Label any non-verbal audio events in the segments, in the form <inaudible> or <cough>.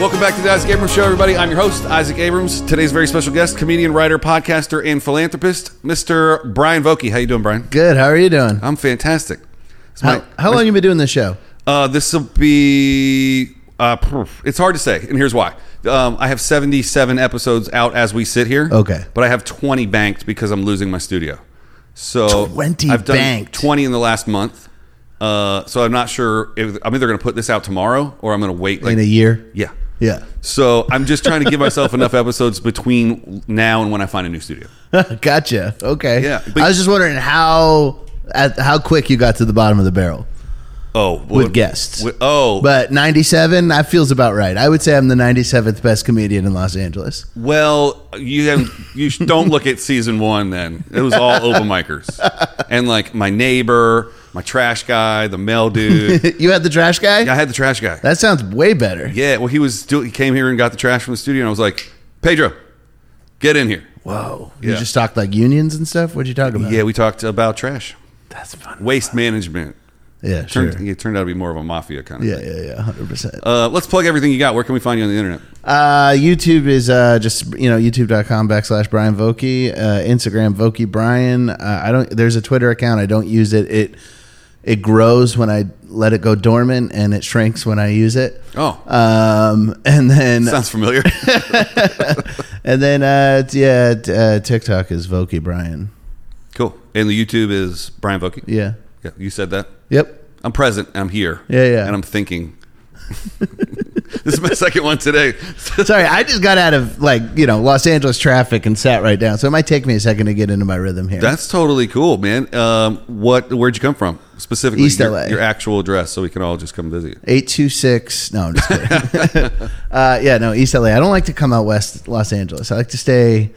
Welcome back to the Isaac Abrams Show, everybody. I'm your host, Isaac Abrams. Today's very special guest, comedian, writer, podcaster, and philanthropist, Mr. Brian Vokey. How you doing, Brian? Good. How are you doing? I'm fantastic. It's How, my- how long you been doing this show? Uh, this will be. Uh, pff, it's hard to say, and here's why. Um, I have 77 episodes out as we sit here. Okay. But I have 20 banked because I'm losing my studio. So 20 I've done banked. 20 in the last month. Uh, so I'm not sure if I'm either going to put this out tomorrow or I'm going to wait like In a year? Yeah. Yeah. <laughs> So I'm just trying to give myself enough episodes between now and when I find a new studio. gotcha. Okay. Yeah, but- I was just wondering how at, how quick you got to the bottom of the barrel Oh, with what- guests. what- oh, but 97, that feels about right. I would say I'm the 97th best comedian in <laughs> Los Angeles. Well, you have, you sh- don't look at season one. Then it was all open micers, and like my neighbor, my trash guy, the mail dude. you had the trash guy? I had the trash guy. That sounds way better. yeah, well, he was do- he came here and got the trash from the studio, and I was like, Pedro, get in here. Whoa. Yeah. You just talked like unions and stuff? What'd you talk about? Yeah, we talked about trash, That's fun. waste management. Yeah, sure. Turned, It turned out to be more of a mafia kind of. Yeah, Thing. yeah, yeah, 100%. Uh, let's plug everything you got. Where can we find you on the internet? Uh, YouTube is uh, just you know youtube.com backslash Brian Vokey, uh, Instagram Vokey Brian. Uh, I don't. There's a Twitter account. I don't use it. It it grows when I let it go dormant, and it shrinks when I use it. Oh. um, <laughs> and then Sounds familiar. <laughs> and then uh, t- yeah, t- uh, TikTok is Vokey Brian. cool. And the YouTube is Brian Vokey. Yeah. yeah. You said that. Yep. I'm present. I'm here. Yeah, yeah. And I'm thinking. <laughs> this is my second one today. <laughs> Sorry, I just got out of like you know Los Angeles traffic and sat right down, so it might take me a second to get into my rhythm here. That's totally cool, man. Um, what? Where'd you come from specifically? East your, LA. Your actual address, so we can all just come visit. you. Eight two six. No, I'm just kidding. <laughs> uh, yeah, no, East LA. I don't like to come out west Los Angeles. I like to stay.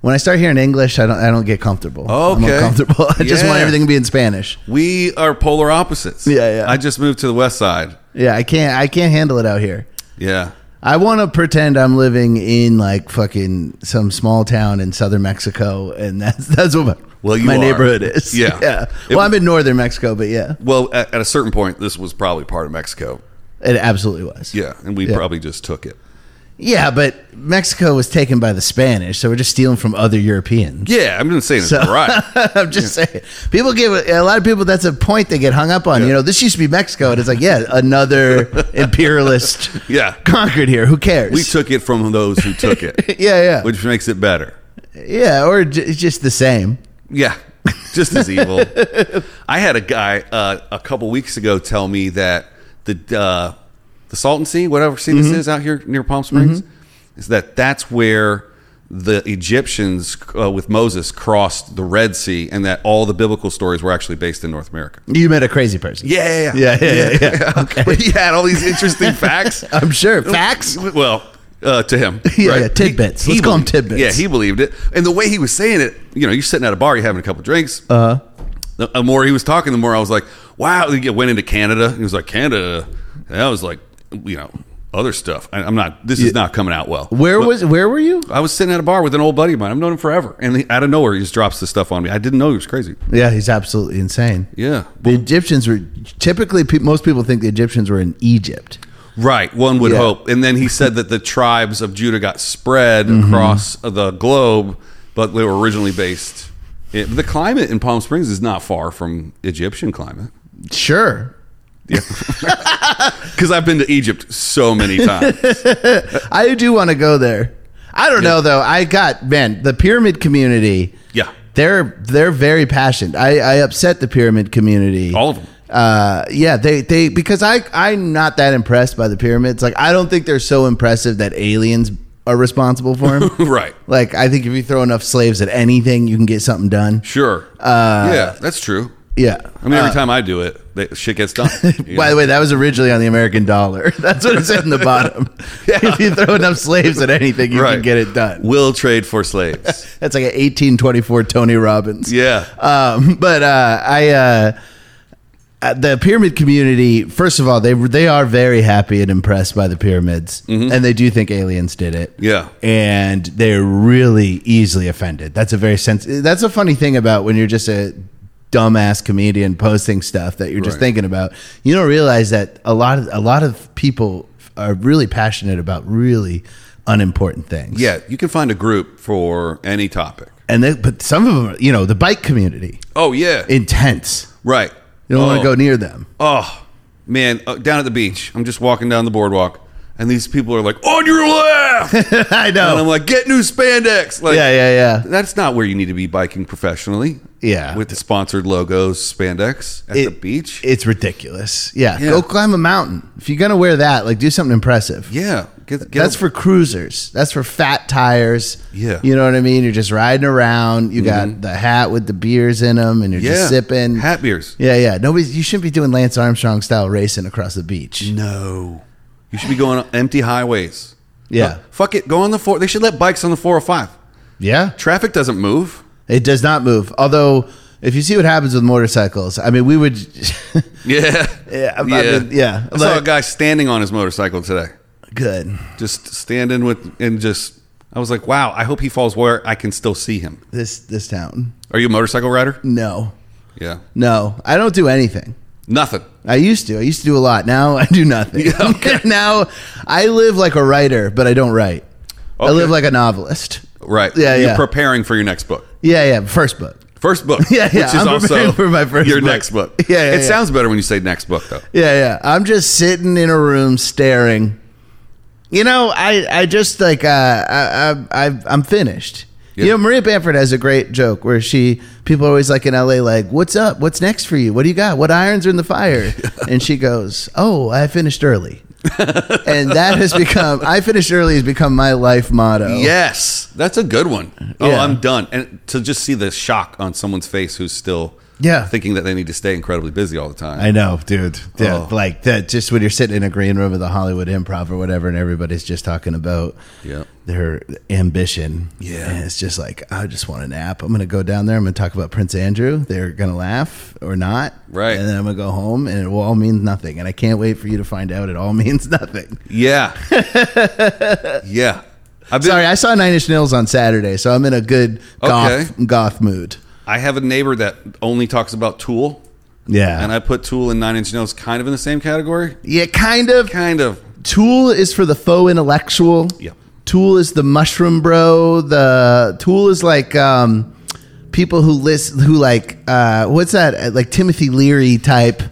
When I start hearing English, I don't. I don't get comfortable. <laughs> Okay. I'm uncomfortable. I just want Yeah. everything to be in Spanish. We are polar opposites. Yeah, yeah. I just moved to the west side. Yeah, I can't. I can't handle it out here. Yeah. I want to pretend I'm living in like fucking some small town in southern Mexico, and that's that's what my, Well, you my are. neighborhood is. Yeah. <laughs> yeah. It- Well, I'm in northern Mexico, but yeah, Well, at, at a certain point, this was probably part of Mexico. it absolutely was. Yeah, and we Yeah. probably just took it. yeah, but Mexico was taken by the Spanish, so we're just stealing from other Europeans. Yeah, I'm not saying it's right. <laughs> I'm just saying. People give a lot of people. That's a point they get hung up on. You know, this used to be Mexico, and it's like, yeah, <laughs> another imperialist Yeah. conquered here. Who cares? We took it from those who took it, <laughs> yeah, <laughs> yeah, which makes it better. yeah, or j- it's just the same. Yeah, just as <laughs> evil. I had a guy uh, a couple weeks ago tell me that the uh, the Salton Sea, whatever sea Mm-hmm. this is out here near Palm Springs, is that that's where the Egyptians uh, with Moses crossed the Red Sea, and that all the biblical stories were actually based in North America. You met a crazy person. Yeah, Yeah, yeah, yeah, <laughs> yeah. Okay. But he had all these interesting <laughs> facts. I'm <laughs> sure. Facts? Well, uh, to him. <laughs> Yeah, yeah, tidbits. Let's call 'em believed- tidbits. Yeah, he believed it. And the way he was saying it, you know, you're sitting at a bar, you're having a couple drinks. Uh-huh. Uh the, the more he was talking, the more I was like, wow. He went into Canada. He was like, Canada. And I was like, you know, other stuff. I, I'm not, this is not coming out well. Where was? Where were you? I was sitting at a bar with an old buddy of mine. I've known him forever. And he, out of nowhere, he just drops this stuff on me. I didn't know he was crazy. Yeah, he's absolutely insane. Yeah. The Egyptians were typically pe- most people think the Egyptians were in Egypt. Right, one would Yeah. hope. And then he said that the tribes of Judah got spread Mm-hmm. across the globe, but they were originally based. In, the climate in Palm Springs is not far from Egyptian <laughs> climate. <laughs> Sure, Because I've been to Egypt so many <laughs> times. I do want to go there. I don't know though. I got man the pyramid community. Yeah. they're they're very passionate. I, I upset the pyramid community. All of them. Uh, yeah, they they because I I'm not that impressed by the pyramids. Like I don't think they're so impressive that aliens are responsible for them. <laughs> right, like I think if you throw enough slaves at anything, you can get something done. sure. Uh, yeah, that's true. Yeah. Uh, I mean, every time I do it, they, shit gets done. you <laughs> By know? the way, that was originally on the American dollar. <laughs> That's what it said in the <laughs> bottom. If you throw enough slaves at anything, you Right. can get it done. Will trade for <laughs> slaves. That's like an 1824 Tony Robbins. Yeah. Um, <laughs> but uh, I, uh, uh, the pyramid community, first of all, they they are very happy and impressed by the pyramids, Mm-hmm. and they do think aliens did it. Yeah. and they're really easily offended. That's a very sense. That's a funny thing about when you're just a dumbass comedian posting stuff that you're just Right. thinking about. You don't realize that a lot of a lot of people are really passionate about really unimportant things. Yeah, you can find a group for any topic. and they, but some of them, are, you know, the bike community Oh yeah, intense. right. You don't want Oh. to go near them. <laughs> Oh man, uh, down at the beach, I'm just walking down the boardwalk, and these people are like, "On your <laughs> left," and I know. I'm like, "Get new spandex." Like, yeah, yeah, yeah. That's not where you need to be biking professionally. Yeah. With the sponsored logos, spandex at the It- beach. It's ridiculous. Yeah, Yeah. go climb a mountain. If you're gonna wear that, like do something impressive. yeah. Get, get That's a- for cruisers. That's for fat tires. Yeah. Mm-hmm. you know what I mean. You're just riding around. You got the hat with the beers in them, and you're yeah. just sipping. Hat beers. Yeah, yeah. Nobody. You shouldn't be doing Lance Armstrong style racing across the beach. Mm. No. You should be going on empty highways. Yeah. No, fuck it. Go on the four. They should let bikes on the 405. Yeah, Traffic doesn't move. it does not move. Although, if you see what happens with motorcycles, I mean, we would. <laughs> <laughs> Yeah. Yeah, I- I yeah. mean, yeah. I saw a Like- guy standing on his motorcycle today. Good. Just standing with, and just, I was like, wow, I hope he falls where I can still see him. This this town. Are you a motorcycle rider? No, Yeah. no. I don't do anything. Nothing. I used to. I used to do a lot. Now <laughs> I do nothing. Yeah, <laughs> okay. <laughs> now I live like a writer, but I don't write. I Okay. live like a novelist. Right. Yeah, You're yeah. preparing for your next book. Yeah, yeah. First book. First book. <laughs> Yeah, yeah, Which is I'm also preparing for my first your book. next book. <laughs> Yeah, yeah, It yeah. sounds better when you say next book though. Yeah, yeah. I'm just sitting in a room staring. You know, I, I just like uh, I, I, I I'm finished. Yeah. You know, Maria Bamford has a great joke where she people are always like in LA, like, "What's up? What's next for you? What do you got? What irons are in the <laughs> fire?" and she goes, "Oh, I finished early," and that has become "I finished early" has become my life motto. Yes, that's a good one. Oh, Oh. Yeah. I'm done. And to just see the shock on someone's face who's still Yeah. thinking that they need to stay incredibly busy all the time. I know, dude. Yeah, Oh. Like that, just when you're sitting in a green room of the Hollywood Improv or whatever, and everybody's just talking about Yeah. their ambition. Yeah. and it's just like I just want a nap. I'm gonna go down there. I'm gonna talk about Prince Andrew. They're gonna laugh or not, Right. And then I'm gonna go home, and it will all mean nothing. And I can't wait for you to find out it all <laughs> means nothing. yeah. <laughs> yeah. I've been, Sorry, I saw Nine Inch Nails on Saturday, so I'm in a good goth goth mood. I have a neighbor that only talks about Tool, Yeah, and I put Tool and Nine Inch Nails kind of in the same category. yeah, kind of. Kind of. Tool is for the faux intellectual. Yeah. Tool is the mushroom bro. The Tool is like um, people who list who like uh, what's that like Timothy Leary type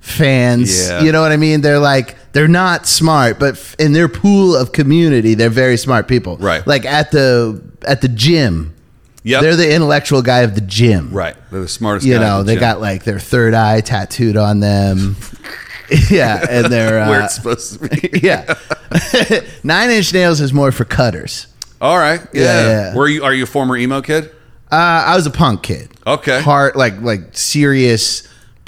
fans. Yeah. You know what I mean? They're like they're not smart, but f- in their pool of community, they're very smart people. Right. Like at the at the gym, Yeah. they're the intellectual guy of the gym. right. They're the smartest. You guy in know, the they gym. got like their third eye tattooed on them. <laughs> yeah, and they're <laughs> uh, where it's supposed to be. <laughs> yeah. <laughs> Nine Inch Nails is more for cutters. All right. Yeah. Yeah, yeah. Were you? Are you a former emo kid? Uh, I was a punk kid. Okay. Heart like like serious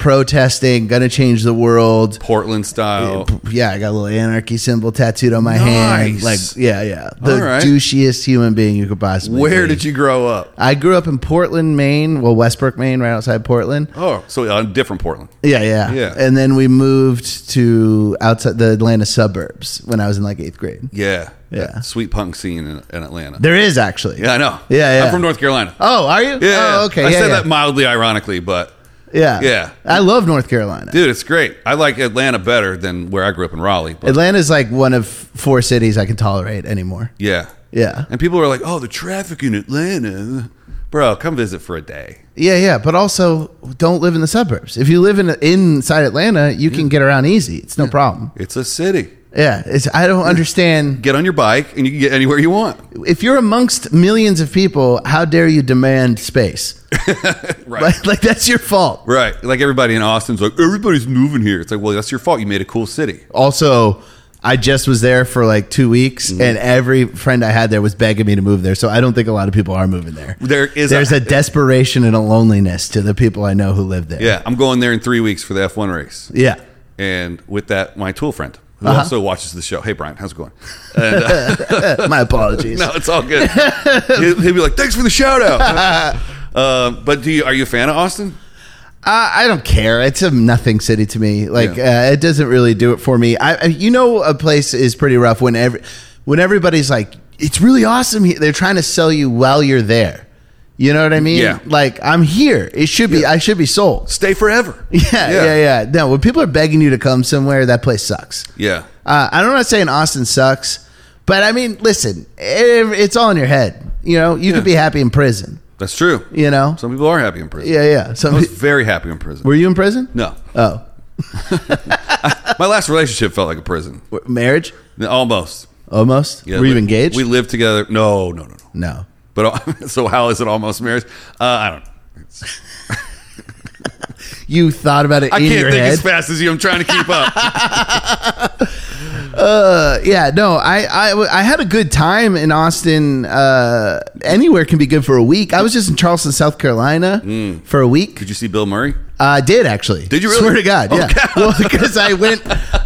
protesting, gonna change the world. Portland style. Yeah, I got a little anarchy symbol tattooed on my hand. Nice. Like yeah, yeah. The All right. douchiest human being you could possibly Where be. did you grow up? I grew up in Portland, Maine, well Westbrook, Maine, right outside Portland. Oh, so on different Portland. Yeah, yeah. Yeah. And then we moved to outside the Atlanta suburbs when I was in like 8th grade. Yeah. Yeah. That Sweet punk scene in, in Atlanta. There is actually. yeah, I know. Yeah, yeah. I'm from North Carolina. Oh, are you? yeah. Oh, okay. I yeah, said yeah. that mildly ironically, but Yeah. Yeah. I love North Carolina. dude, it's great. I like Atlanta better than where I grew up in Raleigh. But Atlanta's like one of four cities I can tolerate anymore. yeah. Yeah. And people are like, "Oh, the traffic in Atlanta, bro, come visit for a day." Yeah, yeah, but also don't live in the suburbs. If you live in inside Atlanta, you can get around easy. It's no problem. It's a city. Yeah, it's I don't understand Get on your bike and you can get anywhere you want. if you're amongst millions of people, how dare you demand space? <laughs> Right. Like, like that's your fault. Right. Like everybody in Austin's like, everybody's moving here. It's like, well, that's your fault. You made a cool city. Also, I just was there for like 2 weeks Mm-hmm. and every friend I had there was begging me to move there. So I don't think a lot of people are moving there. There is There's a desperation and a loneliness to the people I know who live there. Yeah, I'm going there in three weeks for the F1 race. Yeah. And with that, my tool friend, who Uh-huh. also watches the show. Hey, Brian, how's it <laughs> going? Uh, My apologies. <laughs> No, it's all good. he'll, he'll be like, thanks for the shout <laughs> out. Uh, but do you, are you a fan of Austin? I, I don't care. It's a nothing city to me. Like Yeah. uh, it doesn't really do it for me. I, I you know a place is pretty rough when every when everybody's like it's really awesome. here." They're trying to sell you while you're there. You know what I mean? Yeah. Like I'm here. It should be. I should be sold. Stay forever. <laughs> Yeah, yeah, yeah, No, when people are begging you to come somewhere, that place sucks. Yeah. Uh, I'm not saying Austin sucks, but I mean, listen, it, it's all in your head. You know, you could be happy in prison. That's true. You know, Some people are happy in prison. yeah, yeah. Some, I was very happy in prison. <laughs> were you in prison? No, Oh, my last relationship felt like a <laughs> prison. w- marriage? Almost. Almost. Yeah, were you we- engaged? We lived together. No, no, no, no. no. But <laughs> so how is it almost marriage? Uh, I don't. know. You thought about it I in can't your think head. as fast as you. I'm trying to keep <laughs> up. Uh, yeah, no, I, I, I had a good time in Austin. Uh, anywhere can be good for a week. I was just in Charleston, South Carolina Mm. for a week. Did you see Bill Murray? I did actually. Did you really? Swear to God, yeah. Well, because I went,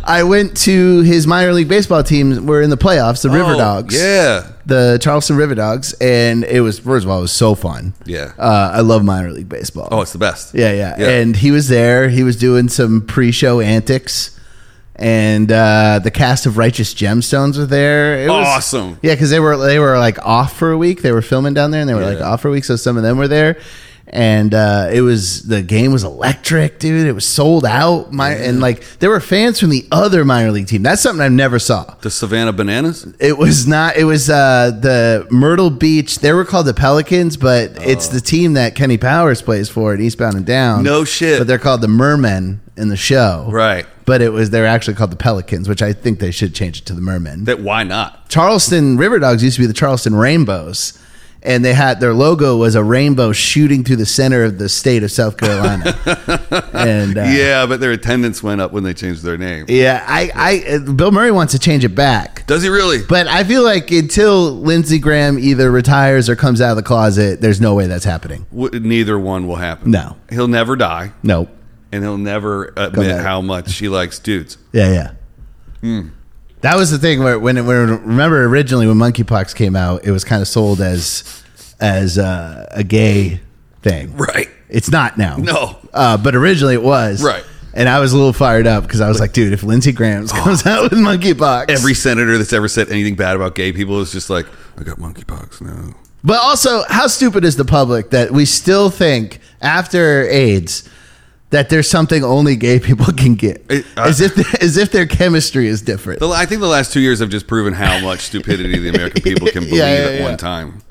I went to his minor league baseball team. We're in the playoffs, the River Oh, Dogs. Yeah. The Charleston River Dogs, and it was first of all, it was so fun. Yeah. uh, I love minor league baseball. Oh, it's the best. Yeah, yeah, And he was there. He was doing some pre-show antics, and uh, the cast of Righteous Gemstones were there. It was- Awesome. Yeah, because they were they were like off for a week. They were filming down there, and they were like Yeah. off for a week. So some of them were there, and uh, it was the game was electric, dude. It was sold out. My and like there were fans from the other minor league team. That's something I never saw. the Savannah Bananas. It was not. It was uh, the Myrtle Beach. They were called the Pelicans, but it's the team that Kenny Powers plays for at Eastbound and Down. Oh. No shit. But they're called the Mermen in the show, Right. But it was they're actually called the Pelicans, which I think they should change it to the Mermen. That why not? Charleston River Dogs used to be the Charleston Rainbows, and they had their logo was a rainbow shooting through the center of the state of South Carolina. and uh, yeah, but their attendance went up when they changed their name. yeah, I, I, uh, Bill Murray wants to change it back. Does he really? But I feel like until Lindsey Graham either retires or comes out of the closet, there's no way that's happening. W- Neither one will happen. No. he'll never die, Nope. and he'll never Come admit back. how much he likes dudes. Yeah, yeah. That was the thing where when, it- when remember originally when monkeypox came out, it was kind of sold as as uh, a gay thing. Right. It's not now. No. Uh, but originally it was. Right. And I was a little fired up because I was like, dude, if Lindsey Graham comes out with monkeypox, Every senator that's ever said anything bad about gay people is just like, I got monkeypox now. But also, how stupid is the public that we still think after AIDS that there's something only gay people can get, It- as if as if their chemistry is different. The- I think the last two years have just proven <laughs> how much stupidity the American people can Yeah, believe yeah, at yeah. one time.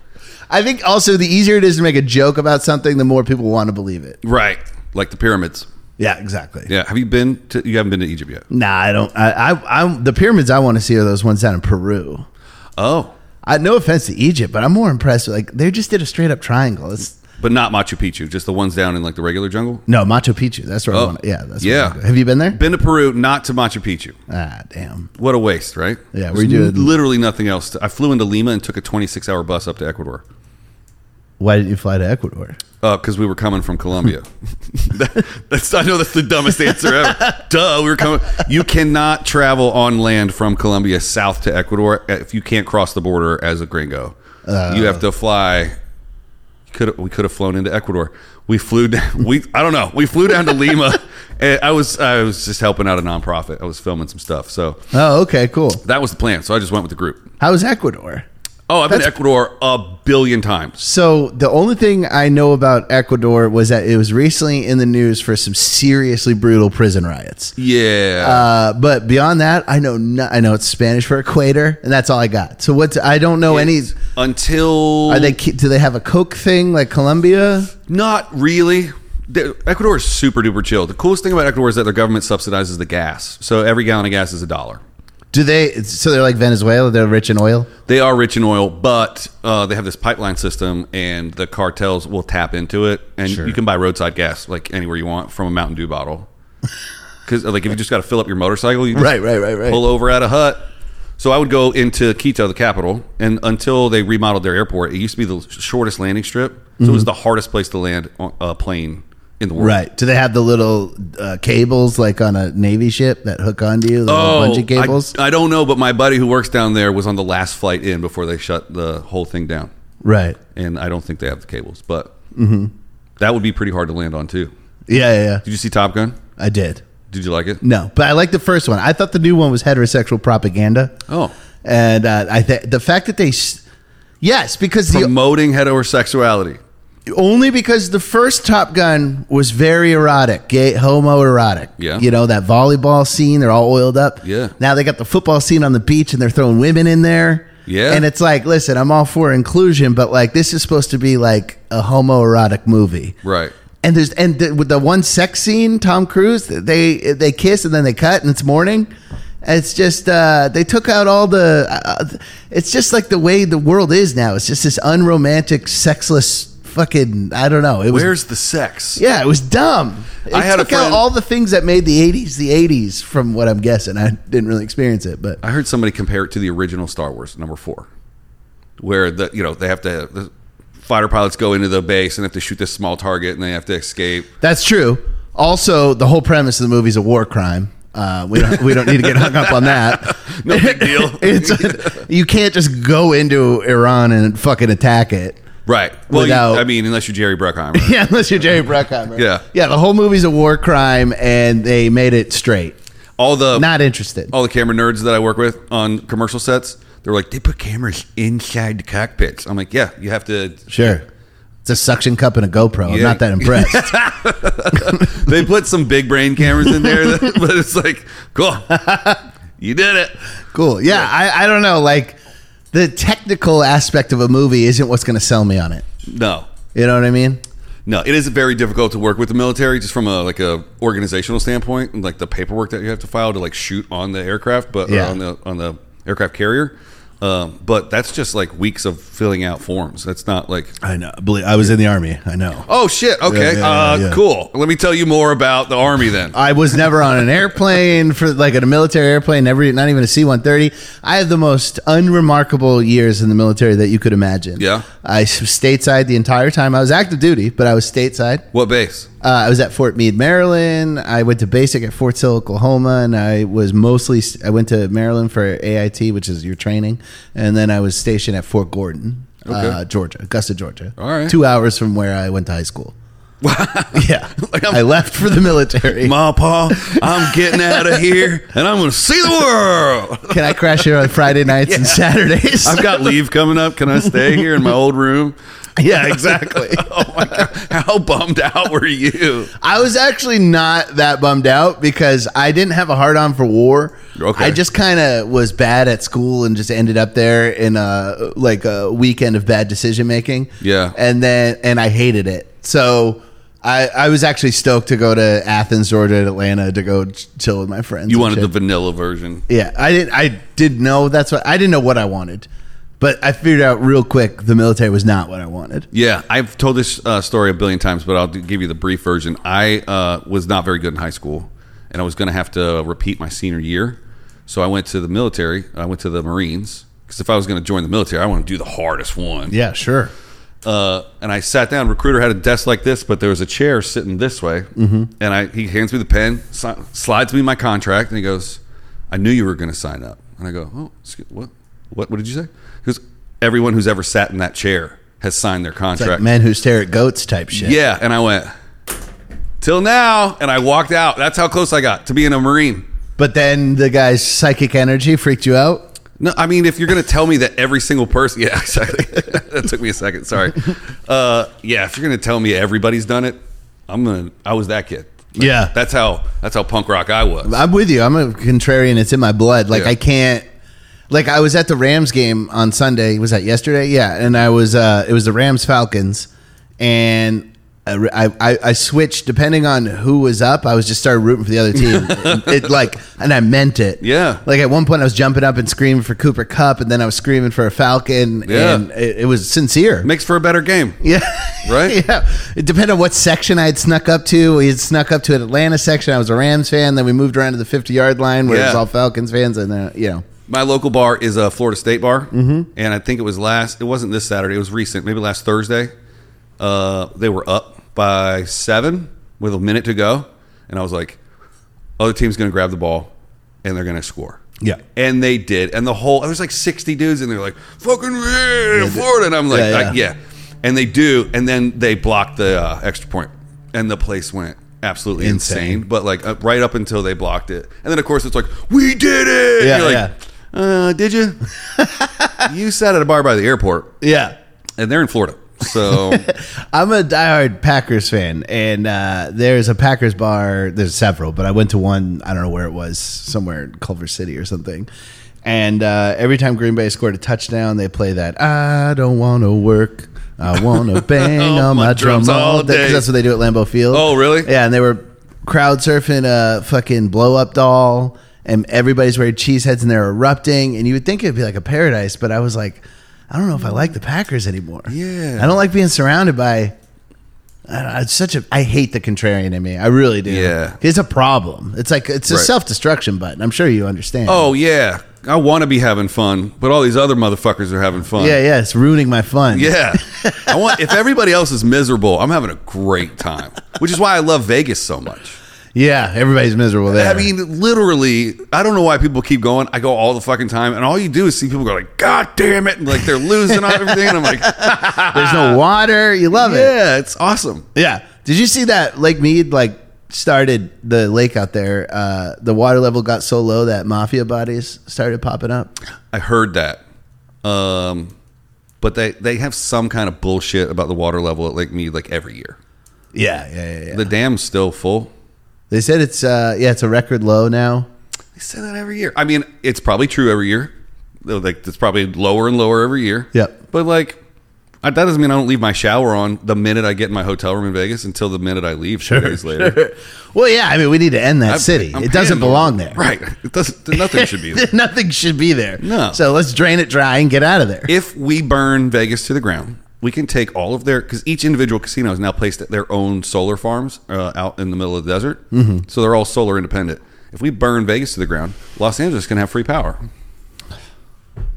I think also the easier it is to make a joke about something, the more people want to believe it. Right. Like the pyramids. Yeah, exactly. Yeah. Have you been to, you haven't been to Egypt yet? Nah, I don't. I, I, I the pyramids I want to see are those ones down in Peru. Oh, I no offense to Egypt, but I'm more impressed. with, Like they just did a straight up triangle. It's but not Machu Picchu, just the ones down in like the regular jungle. no Machu Picchu. That's where I Oh. want. Yeah, that's Yeah. Where I wanna go. Have you been there? Been to Peru, not to Machu Picchu. Ah, damn. What a waste, right? Yeah, There's we did- literally nothing else. I flew into Lima and took a 26 hour bus up to Ecuador Why did you fly to Ecuador? because Oh, we were coming from <laughs> Colombia. <laughs> That- that's I know that's the dumbest answer <laughs> ever. Duh, we were coming. You cannot travel on land from Colombia south to Ecuador if you can't cross the border as a gringo. Uh. you have to fly. Could we could have flown into Ecuador? We flew down. <laughs> We I don't know. We flew down to <laughs> Lima. And I was I was just helping out a nonprofit. I was filming some stuff. So Oh, okay, cool. that was the plan. So I just went with the group. How is Ecuador? Oh, I've been to Ecuador a billion times. So the only thing I know about Ecuador was that it was recently in the news for some seriously brutal prison riots. Yeah. Uh, but beyond that, I know no, I know it's Spanish for equator, and that's all I got. So what's I don't know any. until Are they do they have a Coke thing like Colombia? Not really. The- Ecuador is super duper chill. The coolest thing about Ecuador is that their government subsidizes the gas. So every gallon of gas is a dollar. Do they? So they're like Venezuela. They're rich in oil. They are rich in oil, but uh, they have this pipeline system, and the cartels will tap into it, and you can buy roadside gas like anywhere you want from a Mountain Dew <laughs> bottle. Because like if you just got to fill up your motorcycle, you just Right, right, right, right. pull over at a hut. So I would go into Quito, the capital, and until they remodeled their airport, it used to be the shortest landing strip, so it Mm-hmm. was the hardest place to land on a plane in the world. Right. Do they have the little uh, cables like on a navy ship that hook onto you? The little Uh, bungee Oh, I- cables. I, don't know, but my buddy who works down there was on the last flight in before they shut the whole thing down, right. and I don't think they have the cables, but Mm-hmm. that would be pretty hard to land on too. Yeah, yeah, yeah. Did you see Top Gun? I did. Did you like it? No, but I like the first one. I thought the new one was heterosexual propaganda. Oh, and uh, I th- the fact that they, s yes, because the promoting heterosexuality. only because the first Top Gun was very erotic, gay, homoerotic. Yeah. you know that volleyball scene; they're all oiled up. Yeah. Now they got the football scene on the beach, and they're throwing women in there. Yeah. And it's like, listen, I'm all for inclusion, but like this is supposed to be like a homoerotic movie. Right. And there's and the, with the one sex scene, Tom Cruise, they they kiss and then they cut, and it's morning. And It's just uh, they took out all the. Uh, it's just like the way the world is now. It's just this unromantic, sexless fucking. I don't know. It was Where's the sex? yeah, it was dumb. It I had a took out friend- all the things that made the '80s the '80s, from what I'm guessing. I didn't really experience it, but I heard somebody compare it to the original Star Wars, number four, where the you know they have to the fighter pilots go into the base and have to shoot this small target and they have to escape. That's true. Also, the whole premise of the movie is a war crime. Uh, we don't we don't need to get hung up on <laughs> that. No big deal. it's you can't just go into Iran and fucking attack it. <laughs> Right. Well, you, Without- I mean, unless you're Jerry Bruckheimer. <laughs> Yeah, unless you're Jerry Bruckheimer. Yeah. yeah. The whole movie's a war crime, and they made it straight. all the Not interested. all the camera nerds that I work with on commercial sets, they're like, they put cameras inside the cockpits. I'm like, yeah, you have to. <laughs> Sure, it's a suction cup and a GoPro. I'm Yeah. <laughs> not that impressed. They put some big brain cameras in there, <laughs> that- but it's like, cool, <laughs> you did it. cool. Yeah, I, I don't know. Like the technical aspect of a movie isn't what's going to sell me on it. No, You know what I mean? no, it is very difficult to work with the military, just from a like a organizational standpoint, and like the paperwork that you have to file to like shoot on the aircraft, but or Yeah. on the on the aircraft carrier. Um, but that's just like weeks of filling out forms. That's not like I know. Believe I was in the army. I know. Oh shit! Okay, Yeah, yeah, uh, yeah, yeah. cool. Let me tell you more about the army then. I was never on an airplane for like a military airplane, never e, not even a C one thirty. I had the most unremarkable years in the military that you could imagine. Yeah. I was stateside the entire time. I was active duty, but I was stateside. What <laughs> base? Uh, I was at Fort Meade, Maryland. I went to basic at Fort Sill, Oklahoma, and I was mostly I went to Maryland for AIT, which is your training, and then I was stationed at Fort Gordon, uh, Okay. Georgia, Augusta, Georgia. All right. two hours from where I went to <laughs> high school. yeah, Like I'm- I left for the <laughs> military. Ma, Pa, I'm getting out of here, and I'm going to see the world. Can I crash here on Friday nights <laughs> and Saturdays? I've got leave coming up. Can I stay here in my old room? <laughs> yeah, exactly. Oh my god! How bummed out were you? <laughs> I was actually not that bummed out because I didn't have a hard on for war. Okay. I just kind of was bad at school and just ended up there in a like a weekend of bad decision making. Yeah. and then and I hated it. So I I was actually stoked to go to Athens, Georgia, and Atlanta to go ch- chill with my friends. You and wanted shit. the vanilla version. Yeah, I didn't. I didn't know that's what I didn't know what I wanted, but I figured out real quick the military was not what I wanted. Yeah, I've told this uh, story a billion times, but I'll do- give you the brief version. I uh, was not very good in high school, and I was going to have to repeat my senior year. So I went to the military. I went to the Marines because if I was going to join the military, I want to do the hardest one. Yeah, sure. Uh, and I sat down. Recruiter had a desk like this, but there was a chair sitting this way. Mm-hmm. And I, he hands me the pen, si- slides me my contract, and he goes, "I knew you were going to sign up." And I go, "Oh, excuse, what? What? What did you say?" He goes, "Everyone who's ever sat in that chair has signed their It's contract." like men who stare at goats type shit. Yeah, and I went till now, and I walked out. That's how close I got to being a Marine. But then the guy's psychic energy freaked you out. No, I mean, if you're gonna tell me that every single person, yeah, <laughs> exactly. that took me a second. Sorry. Uh, yeah, if you're gonna tell me everybody's done it, I'm gonna. I was that kid. Like, Yeah. that's how. That's how punk rock I was. I'm with you. I'm a contrarian. It's in my blood. Like Yeah. I can't. Like I was at the Rams game on Sunday. Was that yesterday? Yeah, and I was. Uh, it was the Rams Falcons, and I, re- I I I switched depending on who was up. I was just started rooting for the other team. <laughs> it, it, like, and I meant it. Yeah. Like at one point, I was jumping up and screaming for Cooper Cup, and then I was screaming for a Falcon. Yeah. and it, it was sincere. Makes for a better game, Yeah. right? <laughs> Yeah, it depended on what section I had snuck up to. We had snuck up to an Atlanta section. I was a Rams fan. Then we moved around to the fifty yard line where it was Yeah. all Falcons fans, and then you know, My local bar is a Florida State bar, mm-hmm. and I think it was last. It wasn't this Saturday. It was recent, maybe last Thursday. Uh, they were up by seven with a minute to go, and I was like, "Other team's going to grab the ball, and they're going to score." Yeah. and they did. And the whole there's like sixty dudes, and they're like, "Fucking yeah, Florida," and I'm like, Yeah, like, yeah. yeah, And they do, and then they blocked the uh, extra point, and the place went absolutely Insane. insane. But like uh, right up until they blocked it, and then of course it's like, "We did it!" Yeah, You're like, yeah. <laughs> uh, did you? you sat at a bar by the airport, yeah, and they're in Florida. <laughs> So I'm a diehard Packers fan, and uh, there's a Packers bar. There's several, but I went to one. I don't know where it was, somewhere in Culver City or something. And uh, every time Green Bay scored a touchdown, they play that "I don't want to work, I want to bang Oh, on my, drums all day." 'cause day. that's what they do at Lambeau Field. Oh, really? Yeah, and they were crowd surfing a fucking blow up doll, and everybody's wearing cheese heads and they're erupting. And you would think it'd be like a paradise, but I was like, I don't know if I like the Packers anymore. Yeah. I don't like being surrounded by. I don't know, it's such a. I hate the contrarian in me. I really do. Yeah. it's a problem. It's like it's a Right. self destruction button. I'm sure you understand. oh yeah, I want to be having fun, but all these other motherfuckers are having fun. yeah, yeah. It's ruining my fun. Yeah. <laughs> I want if everybody else is miserable, I'm having a great time. Which is why I love Vegas so much. yeah. Everybody's miserable there. I mean, literally, I don't know why people keep going. I go all the fucking time, and all you do is see people go like, "God damn it!" and like they're losing on everything, and I'm like, <laughs> there's no water. You <laughs> love it. "Yeah, it's awesome." Yeah. Did you see that Lake Mead like started the lake out there? Uh, the water level got so low that mafia bodies started popping up. I heard that, um, but they they have some kind of bullshit about the water level at Lake Mead like every year. Yeah, yeah, yeah. yeah. The dam's still full. they said it's uh, yeah, it's a record low now. They say that every year. I mean, it's probably true every year. Though, Like it's probably lower and lower every year. Yep. But like I, that doesn't mean I don't leave my shower on the minute I get in my hotel room in Vegas until the minute I leave two days later. Well, yeah. I mean, we need to end that I'm- city. I'm it doesn't paying- belong there. Right. It doesn't. Nothing should <laughs> be. there. Nothing should be there. No. So let's drain it dry and get out of there. if we burn Vegas to the ground, we can take all of their because each individual casino is now placed at their own solar farms uh, out in the middle of the desert, mm-hmm. so they're all solar independent. If we burn Vegas to the ground, Los Angeles can have free power.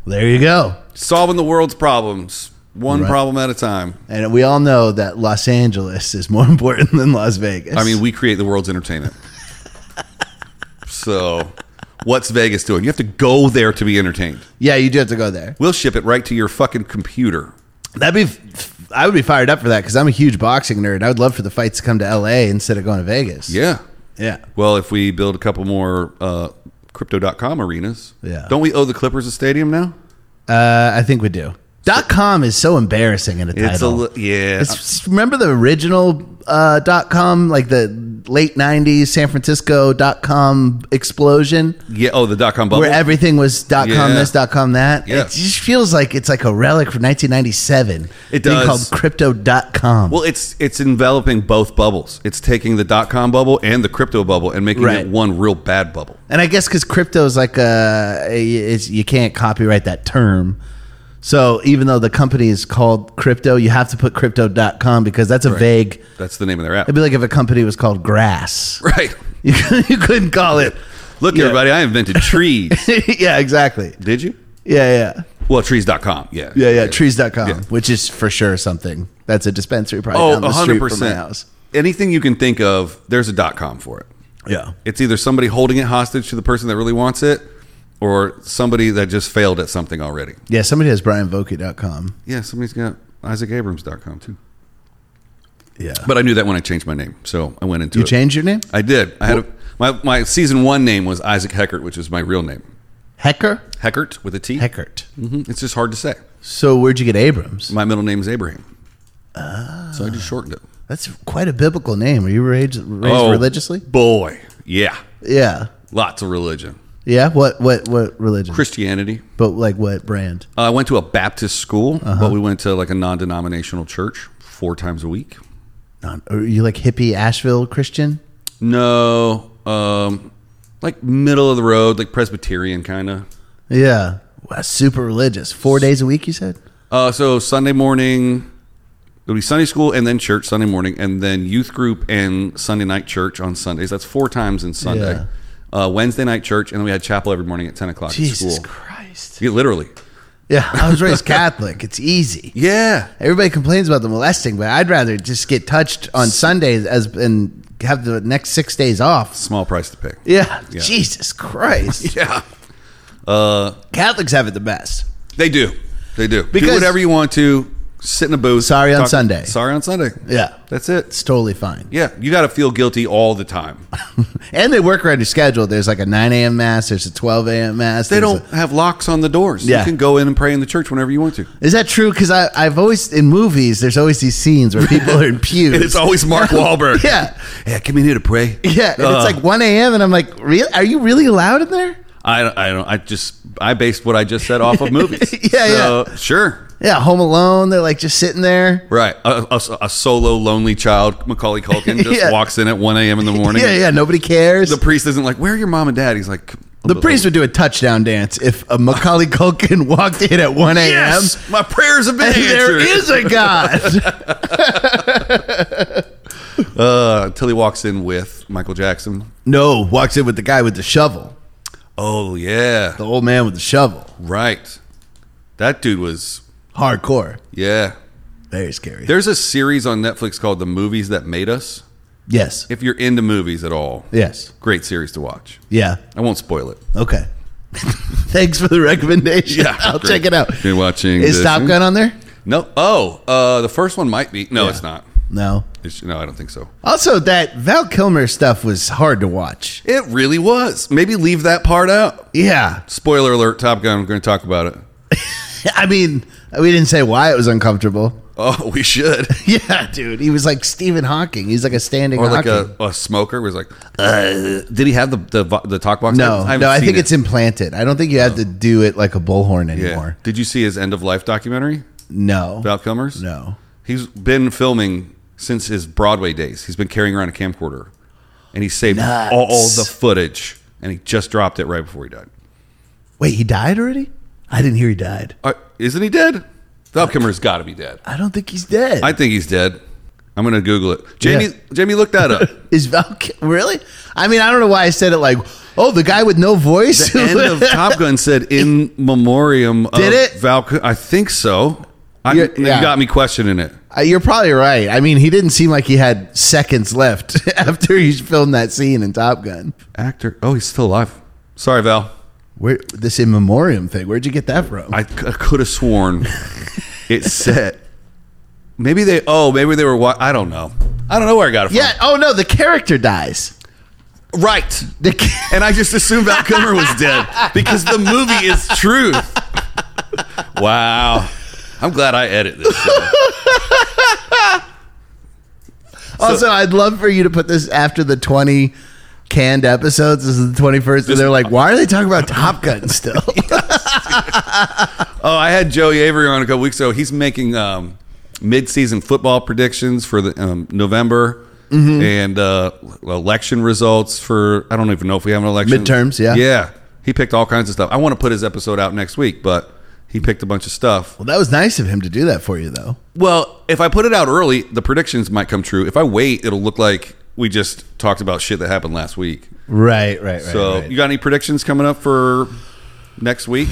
there you go. Solving the world's problems, one Right. problem at a time. And we all know that Los Angeles is more <laughs> important than Las Vegas. I mean, we create the world's <laughs> entertainment. so, what's Vegas doing? You have to go there to be entertained. yeah, you do have to go there. We'll ship it right to your fucking computer. That'd be, f- I would be fired up for that because I'm a huge boxing nerd. I would love for the fights to come to L.A. instead of going to Vegas. Yeah. yeah. Well, if we build a couple more uh, crypto.com arenas, Yeah. don't we owe the Clippers a stadium now? Uh, I think we do. Dot com is so embarrassing in a title. It's a li- yeah. It's- remember the original uh, dot com, like the late '90s San Francisco dot com explosion, yeah. Oh, the dot com bubble. where everything was dot com Yeah. this, dot com that. Yeah. It just feels like it's like a relic from 1997. It Thing does. called crypto dot com. well, it's it's enveloping both bubbles. It's taking the dot com bubble and the crypto bubble and making Right. it one real bad bubble. And I guess because crypto is like a, it's, you can't copyright that term. So even though the company is called crypto, you have to put crypto.com because that's a vague. That's the name of their app. It'd be like if a company was called Grass. <laughs> Right. <laughs> You, couldn't- you couldn't call it. <laughs> Look, Yeah. everybody, I invented trees. <laughs> yeah, exactly. Did you? Yeah, yeah. Well, trees.com. Yeah. Yeah, yeah. Trees.com, Yeah. which is for sure something. That's a dispensary probably Oh, down the 100%. street from my 100%. house. Anything you can think of, there's a dot com for it. Yeah. It's either somebody holding it hostage to the person that really wants it or somebody that just failed at something already. Yeah, somebody has brianvoki.com. Yeah, somebody's got IsaacAbrams.com too. Yeah. But But I knew that when I changed my name. So I went into you it. changed your name? I did. I had a, my, my season one name was Isaac Heckert, which is my real name. Hecker? Heckert with a T. Heckert. Mhm. It's just hard to say. So where'd you get Abrams? My middle name is Abraham. So I just shortened it. Oh. That's quite a biblical name. Were you raised, raised Oh. religiously? Boy. Yeah. Yeah, Lots of religion. yeah. What what what religion? Christianity. but like what brand? Uh, I went to a Baptist school, Uh-huh. but we went to like a non denominational church four times a week. Not, are you like hippie Asheville Christian? No, um, like middle of the road, like Presbyterian kind of. Yeah, wow, super religious. Four days a week, you said. Uh, so Sunday morning, it'll be Sunday school and then church Sunday morning, and then youth group and Sunday night church on Sundays. That's four times in Sunday. Uh, Wednesday night church, and then we had chapel every morning at 10 o'clock Jesus at school. Christ. Yeah, literally. Yeah, I was raised Catholic. It's easy. Yeah. Everybody complains about the molesting, but I'd rather just get touched on Sundays as and have the next six days off. Small price to pay. Yeah, Jesus Christ. Yeah. Uh, Catholics have it the best. They do. They do. do Because- whatever you want to. sit in a booth. Sorry on Sunday. Sorry on Sunday. Yeah. That's it. It's totally fine. Yeah, you got to feel guilty all the time. And they work around your schedule. There's like a 9 a.m. mass. There's a 12 a.m. mass. They there's don't have locks on the doors. Yeah. You can go in and pray in the church whenever you want to. a- is that true? Because I've always in movies. There's always these scenes where people are in <laughs> pews. And it's always Mark <laughs> Wahlberg. <laughs> Yeah. Yeah, come in here to pray. yeah. And Uh, it's like 1 a.m. And I'm like, really? Are you really allowed in there? I don't, I don't, I just, I based what I just said off of movies. Yeah, <laughs> yeah. Sure. Yeah. Home Alone. They're like just sitting there. Right. A, a- a solo, lonely child, Macaulay <laughs> Culkin, just Yeah. walks in at 1 a.m. in <laughs> the morning. Yeah. Yeah. Nobody cares. The priest isn't like, where are your mom and dad? He's like, The priest would do a touchdown dance if a Macaulay Culkin <laughs> walked in at 1 <laughs> a.m. yes, my prayers have been <laughs> And there answered. is a <laughs> God. Uh, until he walks in with Michael Jackson. no, walks in with the guy with the shovel, Oh, yeah. the old man with the shovel. Right. That dude was, Hardcore. yeah. Very scary. There's a series on Netflix called The Movies That Made Us. yes. If you're into movies at all, Yes. great series to watch. Yeah. I won't spoil it. Okay. <laughs> Thanks for the recommendation. I'll great. check it out. You're watching. Is this- Top Gun on there? No. Oh, uh, the first one might be. No, it's not. No. It's, no, I don't think so. Also, that Val Kilmer stuff was hard to watch. It really was. Maybe leave that part out. Yeah. Spoiler alert: Top Gun. We're going to talk about it. <laughs> I mean, we didn't say why it was uncomfortable. <laughs> Oh, <laughs> we should. Yeah, dude. He was like Stephen Hawking. He's like a standing Or like Hawking. a, a smoker was like, uh, did he have the the, vo- the talk box? no, haven't no. I seen think it. Oh. it's implanted. I don't think you have to do it like a bullhorn Yeah. anymore. Did you see his end of life documentary, No, Val Kilmer's? no. He's been filming since his Broadway days. He's been carrying around a camcorder, and he saved Nuts. all, all the footage, and he just dropped it right before he died. Wait, he died already? I didn't hear he died. Uh, isn't he dead? Val Kilmer's got to be dead. I don't think he's dead. I think he's dead. I'm gonna Google it. Jamie, Yeah. Jamie, look that <laughs> up. Is Val Ki- really? I mean, I don't know why I said it like, oh, the guy with no voice. End of <laughs> Top Gun said in memoriam. Of Did it? Val? Kil- I think so. I, You're- you yeah. got me questioning it. Uh, You're probably right. I mean, he didn't seem like he had seconds left <laughs> after he filmed that scene in Top Gun. Actor. Oh, he's still alive. Sorry, Val. Where this in memoriam thing? Where'd you get that from? I, could have sworn it said. Maybe they. Oh, maybe they were. wa- I don't know. I don't know where I got it from. yeah. Oh no, the character dies. Right. The ca- <laughs> And I just assumed Val Kilmer was dead because the movie is truth. Wow. I'm glad I edit this. Show. Also, I'd love for you to put this after the 20 canned episodes. This is the 21st. And they're like, why are they talking about Top <laughs> Gun still? Oh, I had Joey Avery on a couple weeks ago. He's making um, mid-season football predictions for the um, November Mm-hmm. and uh, election results for. I don't even know if we have an election. Midterms, yeah. yeah. He picked all kinds of stuff. I want to put his episode out next week, but he picked a bunch of stuff. well, that was nice of him to do that for you, though. Well, if I put it out early, the predictions might come true. If I wait, it'll look like we just talked about shit that happened last week. Right, right, right. So, you got any predictions coming up for next week?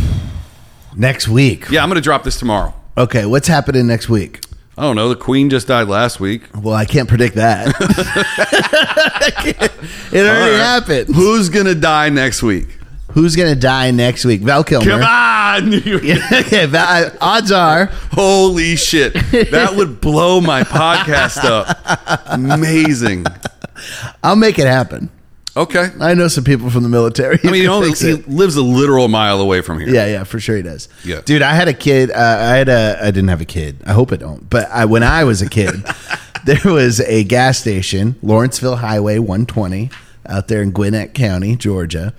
next week. Yeah, I'm going to drop this tomorrow. Okay, what's happening next week? I don't know. The Queen just died last week. Well, I can't <laughs> predict that. it already All right. happened. Who's gonna die next week? Who's going to die next week? Val Kilmer. Come <laughs> on! <laughs> okay, Val, odds are. Holy shit! That would blow my podcast up. Amazing. I'll make it happen. Okay. I know some people from the military. I mean, he, only, he lives a literal mile away from here. Yeah, yeah, for sure he does. Yeah. dude, I had a kid. Uh, I had a. I didn't have a kid. I hope I don't. But I, when I was <laughs> a kid, there was a gas station, Lawrenceville Highway 120, out there in Gwinnett County, Georgia,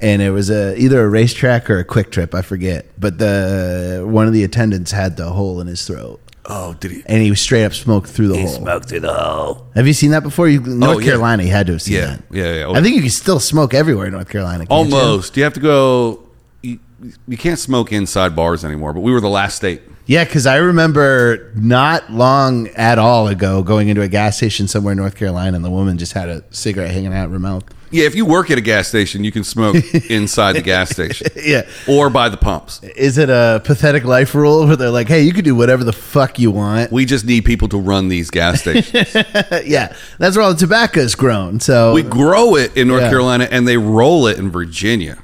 and it was a either a racetrack or a quick trip. I forget. But the one of the attendants had the hole in his throat, Oh, did he? and he straight up smoked through the hole. Smoked it all. Have you seen that before? You, North yeah. Carolina, you had to have seen Yeah, that. yeah, yeah. I think you can still smoke everywhere in North Carolina. can't you? Almost. You have to go. You, you can't smoke inside bars anymore. But we were the last state. Yeah, because I remember not long at all ago going into a gas station somewhere in North Carolina, and the woman just had a cigarette hanging out of her mouth. Yeah, if you work at a gas station, you can <laughs> smoke inside the gas station Yeah, or by the pumps. is it a pathetic life rule where they're like, "Hey, you can do whatever the fuck you want"? Uh, We just need people to run these gas <laughs> stations. yeah, that's where all the tobacco's grown. So We grow it in North Yeah. Carolina and they roll it in Virginia,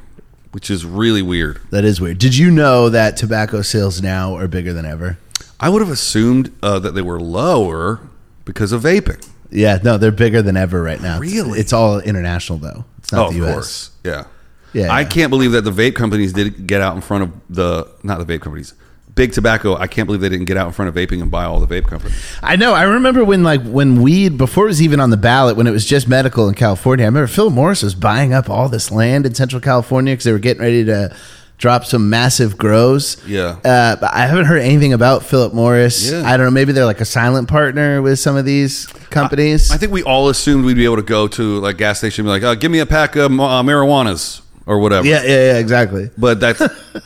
which is really weird. that is weird. Did you know that tobacco sales now are bigger than ever? I would have assumed uh, that they were lower because of vaping. Yeah, no, they're bigger than ever right now. It's- Really? It's, all international though. It's not oh, the of US. course. Yeah. Yeah. I can't believe that the vape companies didn't get out in front of the not the vape companies. Big tobacco, I can't believe they didn't get out in front of vaping and buy all the vape companies. I know. I remember when like when weed before it was even on the ballot when it was just medical in California. I remember Phil Morris was buying up all this land in Central California because they were getting ready to drop some massive grows. Yeah. Uh, but I haven't heard anything about Philip Morris. Yeah. I don't know. Maybe they're like a silent partner with some of these companies. I think we all assumed we'd be able to go to like gas station and be like, uh, "Give me a pack of uh, marijuanas or whatever." yeah, yeah, yeah. Exactly. But that's <laughs>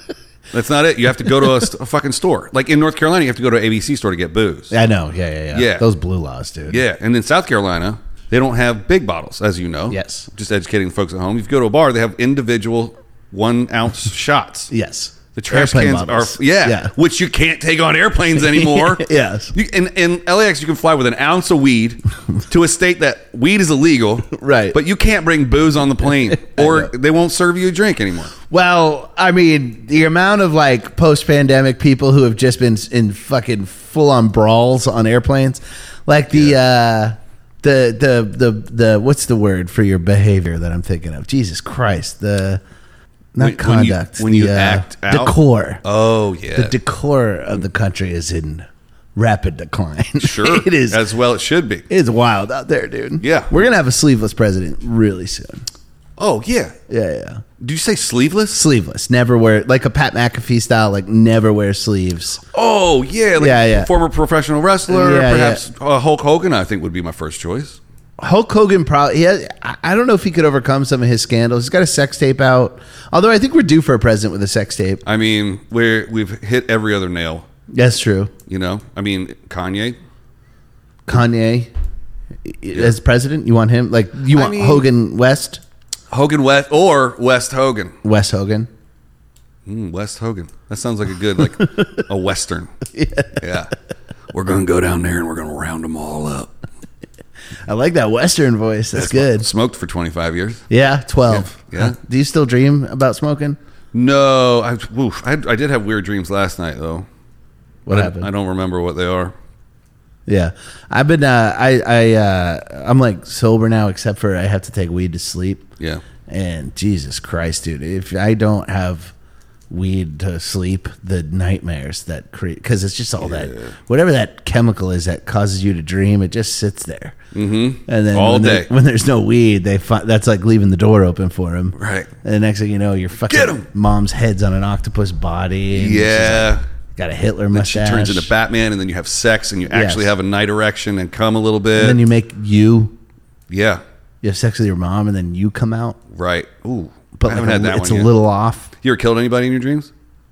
that's not it. You have to go to a, st- a fucking store. Like in North Carolina, you have to go to an ABC store to get booze. I know. Yeah, yeah, yeah. Yeah. Those blue laws, dude. Yeah, and in South Carolina, they don't have big bottles, as you know. Yes. Just educating the folks at home. If you go to a bar, they have individual one ounce <laughs> shots. Yes. The trash Airplane cans models. are yeah, Yeah. which you can't take on <laughs> airplanes anymore. Yes. You, in, in LAX, you can fly with an ounce of <laughs> weed to a state that weed is illegal, Right. But you can't bring booze <laughs> on the plane, or they won't serve you a drink anymore. Well, I mean, the amount of like post pandemic people who have just been in fucking full on brawls on airplanes, like the uh, the the the the what's the word for your behavior that I'm thinking of? Jesus Christ, the When- not when you- conduct, when you the, uh, act out? decor. Oh yeah, The decor of the country is in rapid decline. sure <laughs> <laughs> it is. as well. It should be. it's wild out there, dude. Yeah. we're gonna have a sleeveless president really soon. Oh yeah. Yeah, yeah. Do you say sleeveless? sleeveless. Never wear like a Pat McAfee style. Like never wear sleeves. Oh yeah, like Yeah, yeah. Former professional wrestler, Yeah, perhaps Uh, Hulk Hogan. I think would be my first choice. Hulk Hogan probably. He has, I I don't know if he could overcome some of his scandals. He's got a sex tape out. Although I think we're due for a president with a sex tape. I mean, we're we've hit every other nail. That's true. You know, I mean, Kanye. Kanye as president. You want him? Like you I want mean- Hogan West? Hogan West or West Hogan. West Hogan. Mm, West Hogan. That sounds like a good like a <laughs> western. Yeah. We're gonna go down there and we're gonna round them all up. I like that Western voice. That's good. Smoked for twenty five years. Yeah, twelve. Uh, Yeah, yeah. Do you still dream about smoking? No, I, oof, I I did have weird dreams last night though. What I- happened? I don't remember what they are. Yeah, I've been. Uh, I I uh, I'm like sober now, except for I have to take weed to sleep. Yeah. And Jesus Christ, dude, if I don't have weed to sleep, the nightmares that create because it's just all Yeah. that whatever that chemical is that causes you to dream, it just sits there. Mm-hmm. And then All when there- day. when there's no weed, they find that's like leaving the door open for him. Right. And the next thing you know, your fucking 'em. mom's head's on an octopus body. and she's Yeah. like, got a Hitler She mustache. turns into Batman, and then you have sex, and you actually Yes. have a night erection and come a little And bit. then you make you yeah, you have sex with your mom, and then you come out. right. Ooh, But I like haven't had that it's one a yet. little off. You ever killed anybody in your dreams?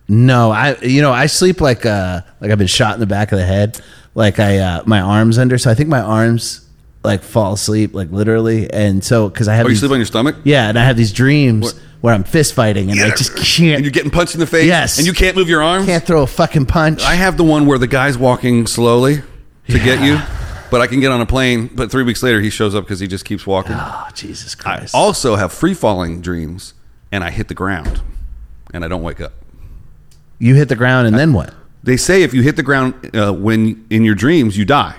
No, I you know I sleep like uh like I've been shot in the back of the head, like I uh, my arms under. So I think my arms like fall asleep like literally, and so because I have Oh, you these, sleep on your stomach? yeah, and I have these dreams where I'm fist fighting and I just And can't you're getting punched in the face. Yes. And you can't move your arms. can't throw a fucking punch. I have the one where the guy's walking slowly to get you, but I can get on a plane. But three weeks later, he shows up because he just keeps walking. oh Jesus I Christ! also have free falling dreams, and I hit the ground, and I don't wake up. you hit the ground and then what? They say if you hit the ground uh, when in your dreams, you die.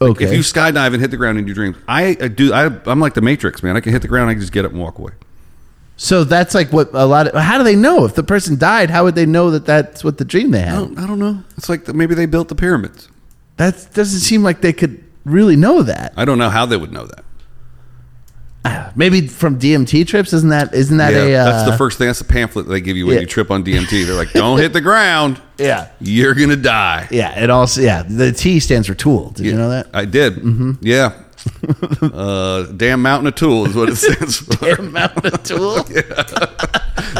Okay, If you skydive and hit the ground in your dreams, I, I do. I, I'm like the Matrix, man. I can hit the ground. I can just get up and walk away. so that's like what a lot of how do they know if the person died? How would they know that that's what the dream they I had? don't, I don't know. It's like the, maybe they built the pyramids. That doesn't seem like they could really know that. Ah, I don't know how they would know that. Maybe from DMT trips, isn't that isn't that a uh, that's the first thing. That's the pamphlet they give you when yeah. you trip on DMT. They're like, "Don't hit the ground. Yeah. You're gonna die." Yeah, it also yeah. The T stands for tool. Did you know that? <laughs> I did. Mm-hmm. Yeah. <laughs> uh, damn mountain of tool is what <laughs> it stands for. Amount of <laughs> tool.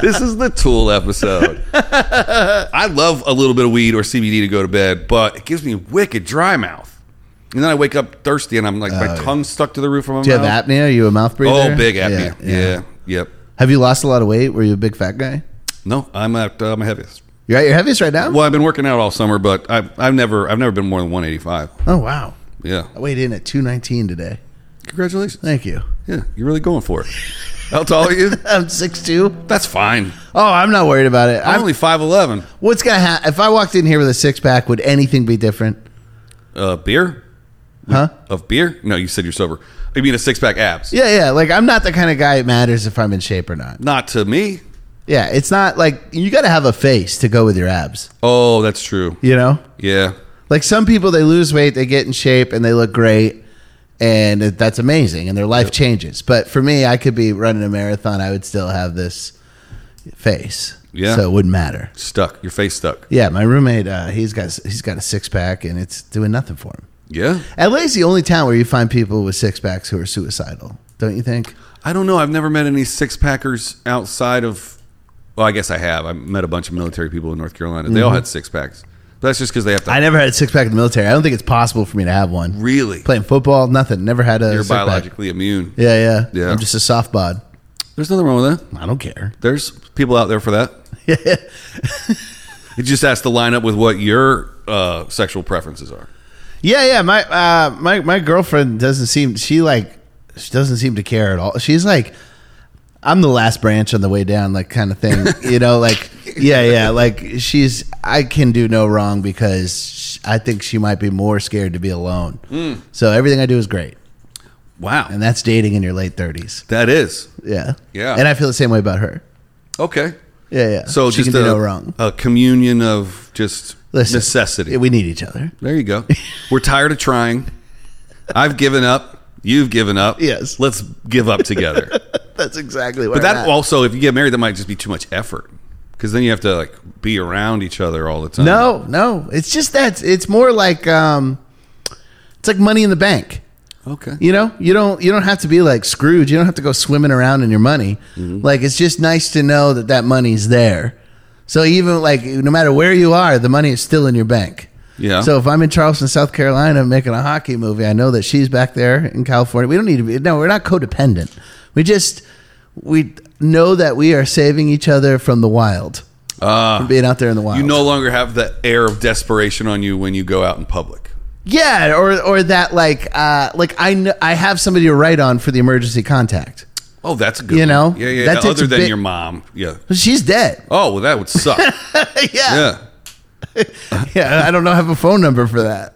this is the tool episode. I love a little bit of weed or CBD to go to bed, but it gives me wicked dry mouth. And then I wake up thirsty and I'm like, my tongue's stuck to the roof of my Do you mouth. have apnea? Are you a mouth breather? oh, big apnea. Yeah. Yep. Have you lost a lot of weight? Were you a big fat guy? No, I'm at uh, my heaviest. You're at your heaviest right now. Well, I've been working out all summer, but I've, I've never I've never been more than 185. Oh wow, Yeah. I weighed in at two nineteen today. Congratulations. Thank you. Yeah, you're really going for it. How tall are you? I'm six two. That's fine. Oh, I'm not worried about it. I'm I'm, only 5'11. what's gonna happen if I walked in here with a six pack? Would anything be different? Uh, beer? Huh? Of beer? No, you said you're sober. You mean a six pack abs? Yeah, yeah. Like I'm not the kind of guy it matters if I'm in shape or not. Not to me. Yeah, it's not like you got to have a face to go with your abs. Oh, that's true. You know, Yeah. like some people they lose weight, they get in shape, and they look great, and it- that's amazing, and their life changes. But for me, I could be running a marathon, I would still have this face. Yeah. so it wouldn't matter. Stuck. Your face stuck. Yeah, my roommate, uh, he's got he's got a six pack, and it's doing nothing for him. Yeah. LA's the only town where you find people with six packs who are suicidal, don't you think? I don't know. I've never met any six packers outside of. Well, I guess I have. I met a bunch of military people in North Carolina. They all had six packs. But that's just because they have to. I never had a six pack in the military. I don't think it's possible for me to have one. really? Playing football, nothing. Never had a You're six pack. biologically immune. Yeah, yeah, Yeah. I'm just a soft bod. There's nothing wrong with that. I don't care. <laughs> There's people out there for that. it just has to line up with what your uh, sexual preferences are. Yeah, yeah. My uh, my my girlfriend doesn't seem she like she doesn't seem to care at all. She's like, I'm the last branch on the way down, like kind <laughs> of thing. you know, like yeah, yeah. Like she's I can do no wrong because sh- I think she might be more scared to be alone. Hmm. So everything I do is great, Wow. and that's dating in your late thirties. that is. Yeah, Yeah. And I feel the same way about her. Okay. Yeah, yeah. So she just can a, do no wrong. a communion of just necessity. We need each other. there you go. We're tired of trying. I've given up. You've given up. Yes. Let's give up <laughs> together. That's exactly what. but that also, if you get married, that might just be too much effort because then you have to like be around each other all the time. No, no. It's just that it's more like um it's like money in the bank. Okay. You know, you don't you don't have to be like Scrooge. You don't have to go swimming around in your money. Mm-hmm. Like it's just nice to know that that money's there. So even like no matter where you are, the money is still in your bank. Yeah. So if I'm in Charleston, South Carolina, making a hockey movie, I know that she's back there in California. We don't need to be. No, we're not codependent. We just we know that we are saving each other from the wild, Ah. from being out there in the wild. you no longer have the air of desperation on you when you go out in public. Yeah, or or that like uh like I kn- I have somebody to write on for the emergency contact. Oh, that's a good. You one. know, yeah, yeah. that takes other a than bit- your mom, yeah. She's dead. Oh, well, that would suck. <laughs> yeah. yeah. <laughs> yeah, I don't know. Have a phone number for that.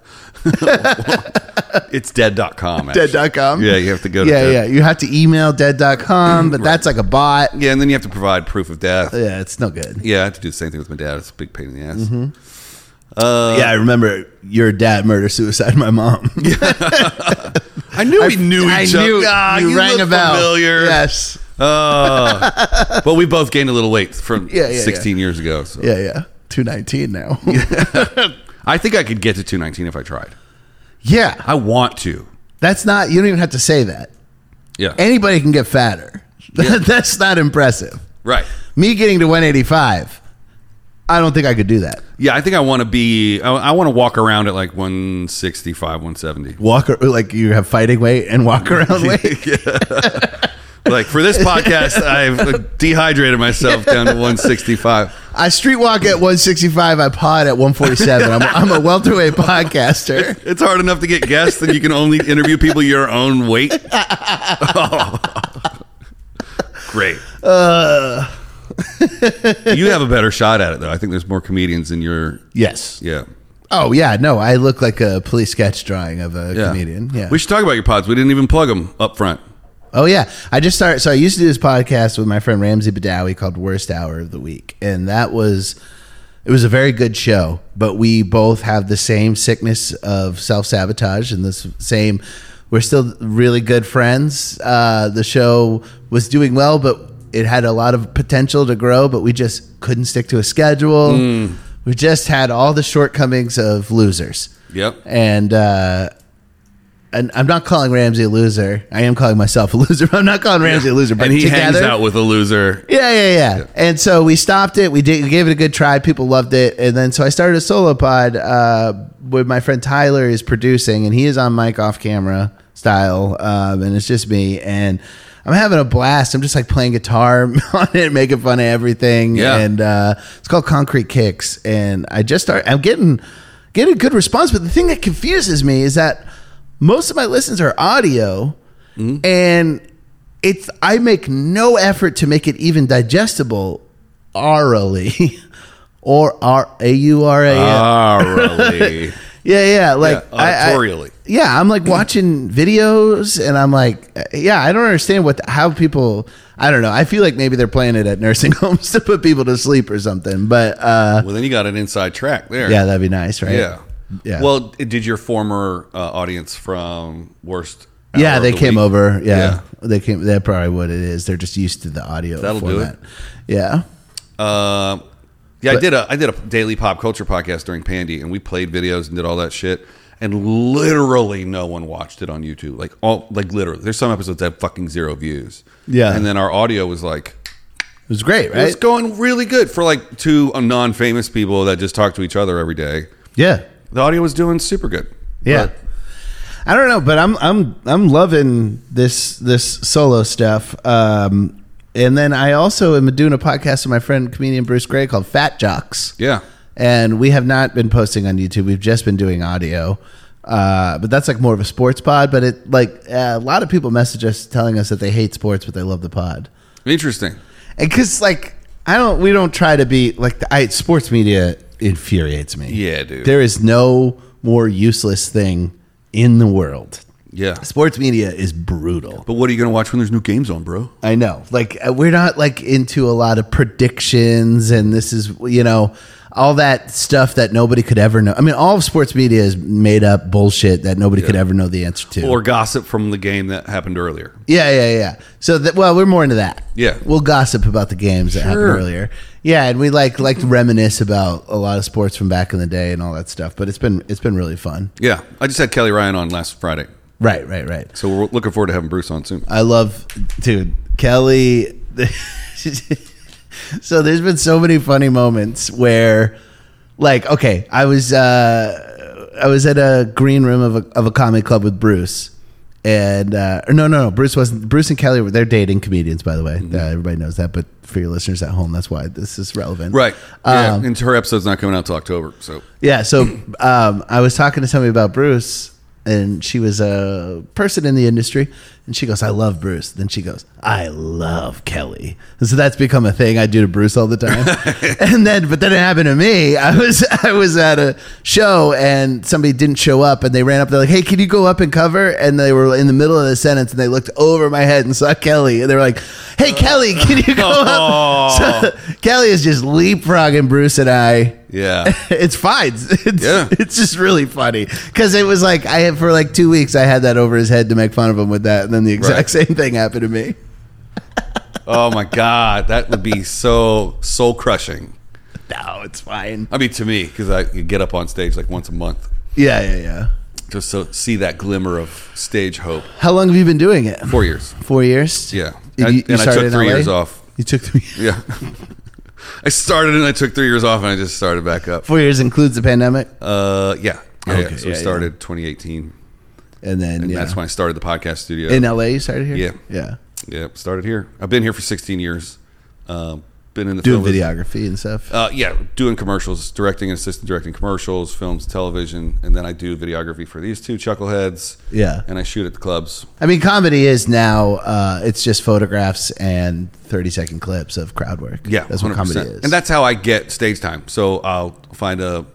It's dead.com. Actually. Dead.com. Yeah, you have to go to yeah, dead. yeah. You have to email <clears throat> dead.com, but that's like a bot. Yeah, and then you have to provide proof of death. Yeah, Mm-hmm. it's no good. Yeah, I had to do the same thing with my dad. It's a big pain in the ass. Uh, yeah, I remember your dad murder suicide my <laughs> mom. I knew we knew I each knew other. Ah, you, rang look a bell. Familiar. Yes. Ah. but we both gained a little weight from Yeah, yeah, yeah. 16 years ago. So Yeah, yeah. Two nineteen now. <laughs> I think I could get to 219 if I tried. yeah, I want to. that's not. You don't even have to say that. Yeah. Anybody can get fatter. <laughs> that's not impressive. right. me getting to 185 i don't think i could do that Yeah, I think I want to be. I, I want to walk around at like 165, 170. walk ar- like you have fighting weight and walk around weight <laughs> Like for this podcast, I've dehydrated myself down to 165. i street walk at 165 i pod at 147 i'm, I'm a <laughs> welterweight podcaster It's hard enough to get guests, and you can only interview people your own weight. <laughs> Oh. Great. Uh. you have a better shot at it, though. I think there's more comedians in your. yes Yeah. oh yeah no i look like a police sketch drawing of a yeah. comedian yeah We should talk about your pods. We didn't even plug them up front. Oh yeah, I just started. So I used to do this podcast with my friend Ramsey Badawi called "Worst Hour of the Week," and that was it was a very good show. But we both have the same sickness of self sabotage and this same. We're still really good friends. Uh, the show was doing well, but it had a lot of potential to grow. But we just couldn't stick to a schedule. We just had all the shortcomings of losers Yep. and uh, and I'm not calling Ramsey a loser. I am calling myself a loser. <laughs> I'm not calling Ramsey a loser, but And he together, hangs out with a loser. Yeah, yeah, yeah, And so we stopped it. We did. We gave it a good try. People loved it. And then so I started a solo pod uh, with my friend Tyler is producing, and he is on mic off camera style, um, and it's just me and. I'm having a blast. I'm just like playing guitar <laughs> on it, making fun of everything, Yeah. and uh, it's called Concrete Kicks. And I just start. I'm getting getting a good response, but the thing that confuses me is that most of my listens are audio, and it's I make no effort to make it even digestible orally <laughs> or r a u r a l. <laughs> Aurally. Yeah, yeah, like Uh, Yeah, auditorially. I, I, yeah, I'm like watching videos, and I'm like, yeah, I don't understand what the, how people. I don't know. I feel like maybe they're playing it at nursing <laughs> homes to put people to sleep or something. But uh, well, then you got an inside track there. yeah, that'd be nice, right? Yeah. yeah. Well, did your former uh, audience from worst? Hour yeah, of they the came Week- over. Yeah, Yeah. they came. That's probably what it is. They're just used to the audio. That'll do format. Yeah. Um, yeah, I did a I did a daily pop culture podcast during Pandy, and we played videos and did all that shit. And literally, no one watched it on YouTube. Like all, like literally, there's some episodes that have fucking zero views. Yeah. and then our audio was like It was great, it right? was going really good for like two non-famous people that just talk to each other every day. yeah. The audio was doing super good. Yeah. But I don't know, but I'm I'm I'm loving this this solo stuff. Um and then I also am doing a podcast with my friend comedian Bruce Gray called Fat Jocks. yeah, And we have not been posting on YouTube. We've just been doing audio. Uh, but that's like more of a sports pod, but it like a lot of people message us telling us that they hate sports but they love the pod. interesting. And cuz like I don't we don't try to be like the I sports media infuriates me. Yeah, dude. There is no more useless thing in the world Yeah, sports media is brutal. but what are you gonna watch when there's new games on, bro? I know. Like uh, we're not like into a lot of predictions and this is you know all that stuff that nobody could ever know. I mean all of sports media is made up bullshit that nobody could ever know the answer to. Or gossip from the game that happened earlier. yeah, yeah, yeah. So that well, we're more into that. Yeah. We'll gossip about the games that happened Sure. earlier. Yeah, and we like like to reminisce about a lot of sports from back in the day and all that stuff, but it's been it's been really fun. Yeah, I just had Kelly Ryan on last Friday, Right, right, right. so we're looking forward to having Bruce on soon. I love, dude, Kelly. <laughs> so there's been so many funny moments where, like, okay, I was uh, I was at a green room of a of a comedy club with Bruce, and uh, or no, no, no, Bruce wasn't. Bruce and Kelly were they're dating comedians, by the way. Mm-hmm. Uh, everybody knows that, but for your listeners at home, that's why this is relevant, Right. Yeah. Um, and her episode's not coming out till October. So yeah. So um, I was talking to somebody about Bruce, and she was a person in the industry, and she goes, "I love Bruce." Then she goes, "I love Kelly." And so that's become a thing I do to Bruce all the time. and then, but then it happened to me. I was I was at a show, and somebody didn't show up, and they ran up. They're like, "Hey, can you go up and cover?" And they were in the middle of the sentence, and they looked over my head and saw Kelly, and they were like, "Hey, Kelly, can you go up?" <laughs> So Kelly is just leapfrogging Bruce and I yeah. it's fine. <laughs> It's, Yeah. it's just really funny because it was like I had for like two weeks I had that over his head to make fun of him with that, and then the exact Right. same thing happened to me. <laughs> <laughs> oh my God, that would be so soul crushing. No, it's fine. I mean, to me, because I could get up on stage like once a month Yeah, yeah, yeah. just so see that glimmer of stage hope. How long have you been doing it? Four years. Four years. Yeah. You, I- you and I started took in three LA? years off. You took three. <laughs> Yeah. <laughs> I started and I took three years off and I just started back up. Four years includes the pandemic, Uh, yeah. Yeah, yeah. Okay, So we yeah, yeah. started 2018. and then And yeah. uh, that's when I started the podcast studio. in LA you started here. Yeah. yeah. yeah. Started here. I've been here for 16 years. Um, been in the Doing film business- videography and stuff. Uh, yeah, doing commercials, directing and assistant directing commercials, films, television, and then I do videography for these two chuckleheads. Yeah. and I shoot at the clubs. I mean, comedy is now uh, it's just photographs and thirty second clips of crowd work. Yeah, that's what 100%. comedy is. and that's how I get stage time. So I'll find a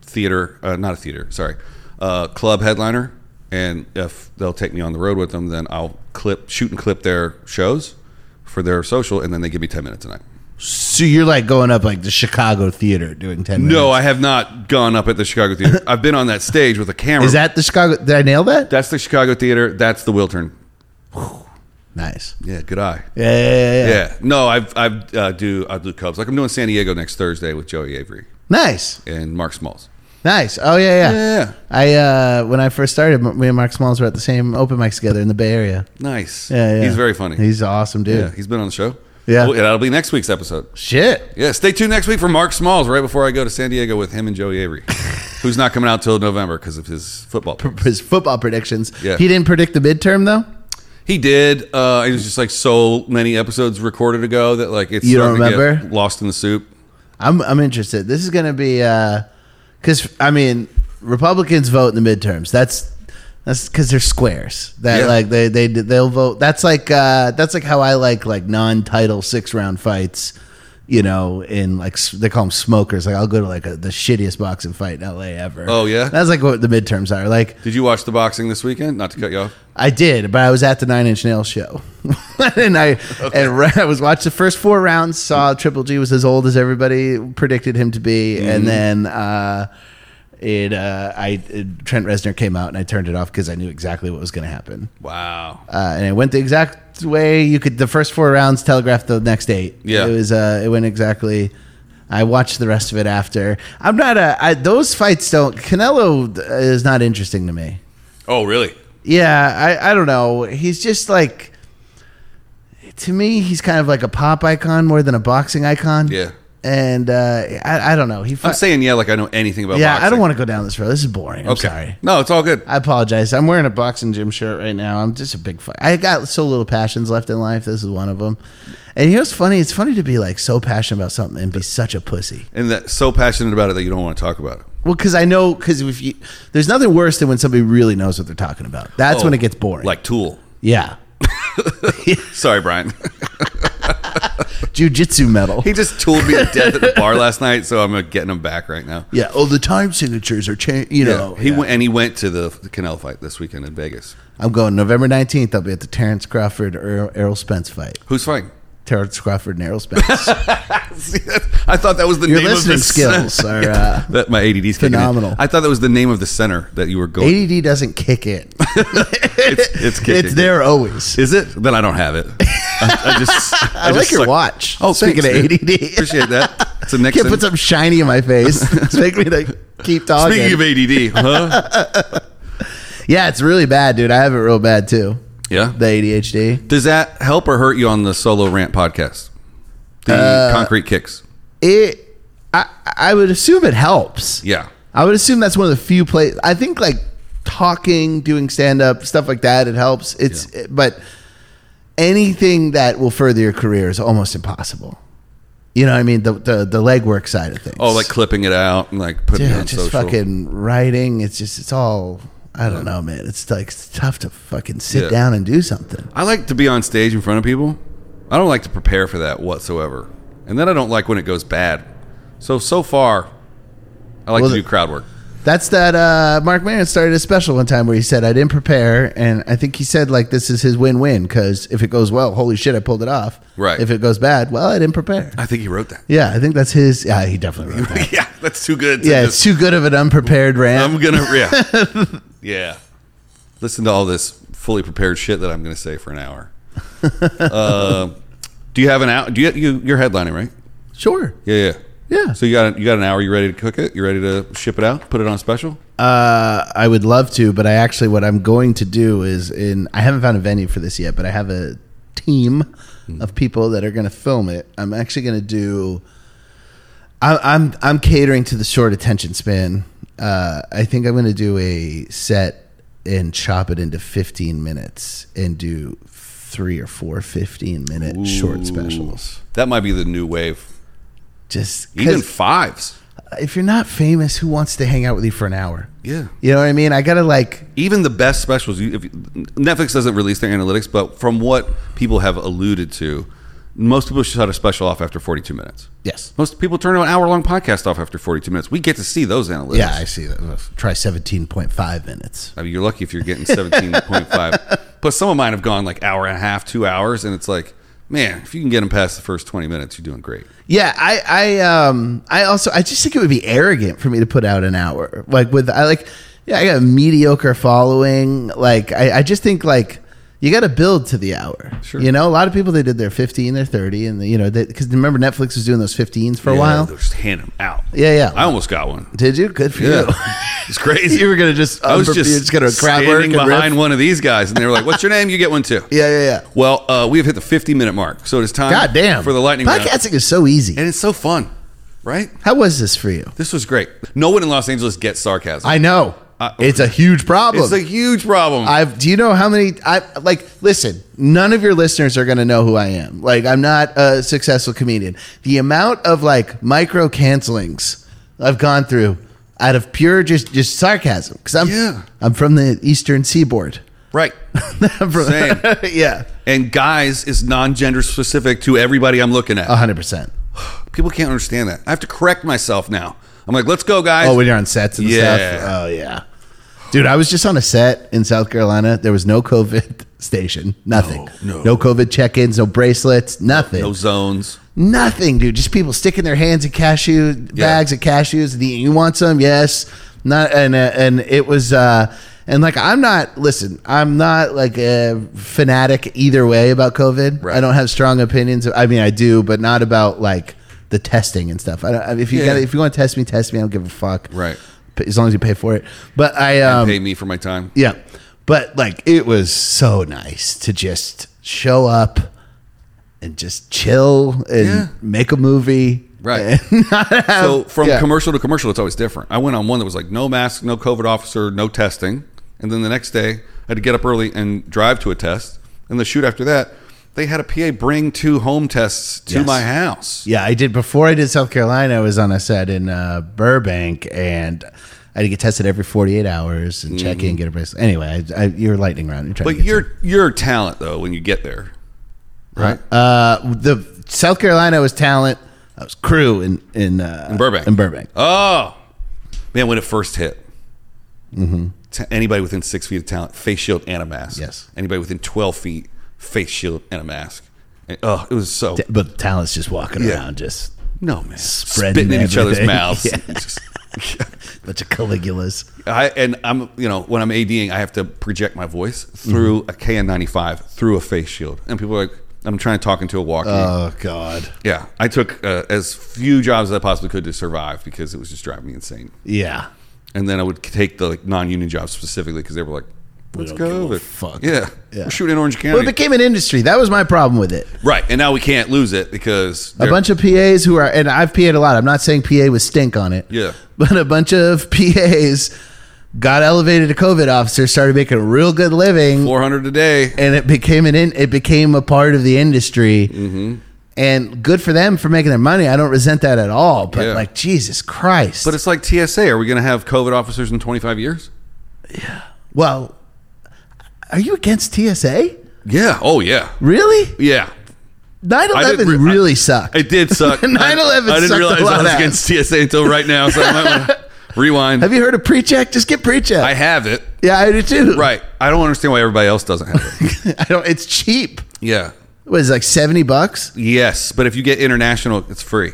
theater, uh, not a theater, sorry, uh, club headliner, and if they'll take me on the road with them, then I'll clip, shoot, and clip their shows for their social, and then they give me ten minutes a night. So you're like going up like the Chicago theater doing ten minutes. No, I have not gone up at the Chicago <laughs> Theater. I've been on that stage with a camera. is that the Chicago? Did I nail that? That's the Chicago Theater. That's the Wiltern. Nice. Yeah, good eye. Yeah, yeah, yeah, yeah. Yeah. No, I've I've uh, do I do Cubs. Like I'm doing San Diego next Thursday with Joey Avery Nice, and Mark Smalls. nice. Oh yeah, yeah. Yeah. I uh, when I first started, m- me and Mark Smalls were at the same open mics together in the Bay Area. Nice. Yeah, yeah. He's very funny. He's awesome, dude. yeah, he's been on the show. Yeah. Oh, that'll be next week's episode. Shit. Yeah, stay tuned next week for Mark Smalls right before I go to San Diego with him and Joey <laughs> Avery, who's not coming out till November because of his football. picks. His football predictions. Yeah. He didn't predict the midterm though. He did. Uh, it was just like so many episodes recorded ago that like it's You don't starting to get remember? lost in the soup. I'm I'm interested. This uh, is gonna be because I mean Republicans vote in the midterms. That's That's because they're squares. That Yeah. like they they they'll vote. That's like uh, that's like how I like like non-title six round fights. You know, in like s- they call them smokers. Like I'll go to like a, the shittiest boxing fight in L.A. ever. Oh, yeah? that's like what the midterms are. Like Did you watch the boxing this weekend? Not to cut you off. I did, but I was at the Nine Inch Nails show, <laughs> and I and ra- I was watched the first four rounds. Saw Triple G was as old as everybody predicted him to be, and then uh, it uh, I it- Trent Reznor came out, and I turned it off because I knew exactly what was going to happen, Wow. uh, and it went the exact way you could. The first four rounds telegraphed the next eight. Yeah. it was uh, it went exactly. I watched the rest of it after. I'm not a I, those fights don't. Canelo uh, is not interesting to me. Oh, really? Yeah, I, I don't know. He's just like to me, he's kind of like a pop icon more than a boxing icon. Yeah. And uh, I, I don't know. He I'm fi- saying yeah, like I know anything about. Yeah, boxing. I don't want to go down this road. This is boring. I'm Okay. sorry. No, it's all good. I apologize. I'm wearing a boxing gym shirt right now. I'm just a big fight. I got so little passions left in life. This is one of them. And you know what's funny? It's funny to be like so passionate about something and be such a pussy. And that so passionate about it that you don't want to talk about it. Well, because I know because if you, there's nothing worse than when somebody really knows what they're talking about. That's Oh, when it gets boring. Like Tool. yeah, Sorry, Brian. <laughs> jujitsu metal. he just tooled me to death at the bar last night, so I'm uh, getting him back right now. Yeah. Oh, the time signatures are changed. You Yeah. know. he yeah. went and he went to the, the Canelo fight this weekend in Vegas. I'm going November 19th. I'll be at the Terrence Crawford Earl, Errol Spence fight. Who's fighting? <laughs> Terrence Crawford and Errol Spence. I thought that was the Your name of the listening skills center. are uh, That my ADD's kicking in. Phenomenal. I thought that was the name of the center that you were going. ADD doesn't kick in. <laughs> It's, it's kicking. <laughs> It's there always. Is it? Then I don't have it. I, I just. <laughs> I, just like your suck- watch. Oh, speaking thanks, of dude. ADD, Appreciate that. <laughs> It's a next. can't put something shiny in <laughs> my face. It's making me like keep talking. Speaking of ADD, huh? <laughs> yeah, it's really bad, dude. I have it real bad too. yeah. The ADHD. Does that help or hurt you on the solo rant podcast? The Uh, concrete kicks. It. I I would assume it helps. Yeah. I would assume that's one of the few places. I think like talking, doing stand up, stuff like that, it helps. It's but anything that will further your career is almost impossible. You know what I mean? The the, the legwork side of things. Oh, like clipping it out and like putting Dude, it on just social. fucking writing. It's just it's all I don't know, man. It's like it's tough to fucking sit Yeah. down and do something. I like to be on stage in front of people. I don't like to prepare for that whatsoever. And then I don't like when it goes bad. So so far, I like Well, to do the- crowd work. That's that uh, Mark Maron started a special one time where he said, I didn't prepare. And I think he said, like, this is his win win because if it goes well, holy shit, I pulled it off. Right. If it goes bad, well, I didn't prepare. I think he wrote that. <laughs> Yeah, I think that's his. Yeah, he definitely wrote that. yeah, that's too good. To Yeah, it's just, too good of an unprepared rant. I'm gonna yeah, <laughs> yeah. Listen to all this fully prepared shit that I'm gonna say for an hour. uh, do you have an hour? Do you you you're headlining right? sure. Yeah, yeah, Yeah. So you got you got an hour. You ready to cook it? You ready to ship it out? Put it on special? Uh, I would love to, but I actually, what I'm going to do is in, I haven't found a venue for this yet, but I have a team Hmm. of people that are going to film it. I'm actually going to do, I, I'm, I'm catering to the short attention span. Uh, I think I'm going to do a set and chop it into 15 minutes and do three or four 15 minute short Ooh. specials. That might be the new wave. Just Even 'cause- fives. if you're not famous, who wants to hang out with you for an hour? Yeah. You know what I mean? I gotta like, Even the best specials. You, if, Netflix doesn't release their analytics, but from what people have alluded to, most people shut a special off after 42 minutes. yes. Most people turn an hour long podcast off after 42 minutes. We get to see those analytics. Yeah, I see that. Ugh. Try 17.5 minutes. I mean, you're lucky if you're getting <laughs> 17.5. But some of mine have gone like hour and a half, two hours, and it's like, man, if you can get them past the first 20 minutes, you're doing great. Yeah, I, I, um, I also, I just think it would be arrogant for me to put out an hour. Like with, I like, yeah, I got a mediocre following. Like, I, I just think like, you got to build to the hour. Sure. You know, a lot of people, they did their 15, their 30, and, you know, because remember Netflix was doing those 15s for a while? they'll just hand them out. Yeah, yeah. I almost got one. did you? Good for Yeah, you. it's <laughs> crazy. you <laughs> were going to just, I was unprepared, just, gonna crowd work standing and riff? behind one of these guys, and they were like, "What's your name? You get one too." Yeah, yeah, yeah. Well, uh, we have hit the 50 minute mark, so it is time. God damn. for the lightning round, Podcasting is so easy. and it's so fun, right? How was this for you? This was great. No one in Los Angeles gets sarcasm. I know. Uh, it's a huge problem. it's a huge problem. I've do you know how many I like listen, none of your listeners are going to know who I am. Like I'm not a successful comedian. The amount of like micro cancelings I've gone through out of pure just just sarcasm because I'm Yeah. I'm from the Eastern Seaboard. <laughs> Right. I'm from- Same. <laughs> yeah, And guys is non gender specific to everybody I'm looking at. hundred percent. People can't understand that. I have to correct myself now. I'm like, let's go, guys. Oh, when you're on sets and Yeah. stuff. Oh yeah. Dude, I was just on a set in South Carolina. There was no COVID <laughs> station. Nothing. No, no. COVID check-ins, no bracelets, nothing. no zones. Nothing, dude. Just people sticking their hands in cashew bags of cashews. The, you want some? Yes. Not and uh, and it was uh and like I'm not listen. I'm not like a fanatic either way about COVID. Right. I don't have strong opinions. I mean, I do, but not about like the testing and stuff. I don't, I mean, if you Yeah. got if you want to test me, test me. I don't give a fuck. Right. But as long as you pay for it. But I um Pay me for my time. yeah. But like it was so nice to just show up and just chill and Yeah. make a movie. <laughs> Right. so from yeah. commercial to commercial, it's always different. I went on one that was like no mask, no COVID officer, no testing, and then the next day I had to get up early and drive to a test. And the shoot after that, they had a PA bring two home tests to Yes. my house. Yeah, I did before I did South Carolina, I was on a set in uh, Burbank and I had to get tested every 48 hours and check in, get a bracelet. Anyway, I, I, you're lightning round. You're trying Mm-hmm. But to get your your talent though, when you get there, right? Uh, the South Carolina was talent. I was crew in in, uh, in Burbank. In Burbank. Oh man, when it first hit, Ta- anybody within six feet of talent, face shield and a mask. Yes. Anybody within twelve feet, face shield and a mask. And, oh, it was so But talent's just walking Yeah. around, just no man, Spreading spitting in each other's everything. mouths. <laughs> Yeah. It's just- <laughs> bunch of Caligulas. I and I'm you know when I'm ading, I have to project my voice through Mm-hmm. a KN95 through a face shield, and people are like, I'm trying to talk into a walkie. Oh, God. yeah, I took uh, as few jobs as I possibly could to survive because it was just driving me insane. Yeah. and then I would take the like, non-union jobs specifically because they were like, "Let's don't go." give a with it." fuck. Yeah. Yeah. we're shooting Orange Well, County, it became an industry. That was my problem with it. right? And now we can't lose it because A they're- bunch of PAs who are, and I've PA'd a lot. I'm not saying PA was stink on it. Yeah. But a bunch of <laughs> PAs got elevated to COVID officers, started making a real good living, 400 a day. and it became an in, it became a part of the industry. Mm-hmm. And good for them for making their money. I don't resent that at all. But Yeah. like Jesus Christ. But it's like TSA. Are we going to have COVID officers in 25 years? well, are you against TSA? Yeah. Oh yeah. Really? Yeah. 9/11 re- I- really sucked. It <laughs> did suck. 9/11 I, I didn't sucked a realize lot I was ass. against TSA until right now. So I might want <laughs> to rewind. Have you heard of pre-check? Just get pre-check. I have it. yeah, I do too. Right. I don't understand why everybody else doesn't have it. <laughs> I don't. It's cheap. Yeah. What is it, like seventy bucks? Yes, but if you get international, it's free.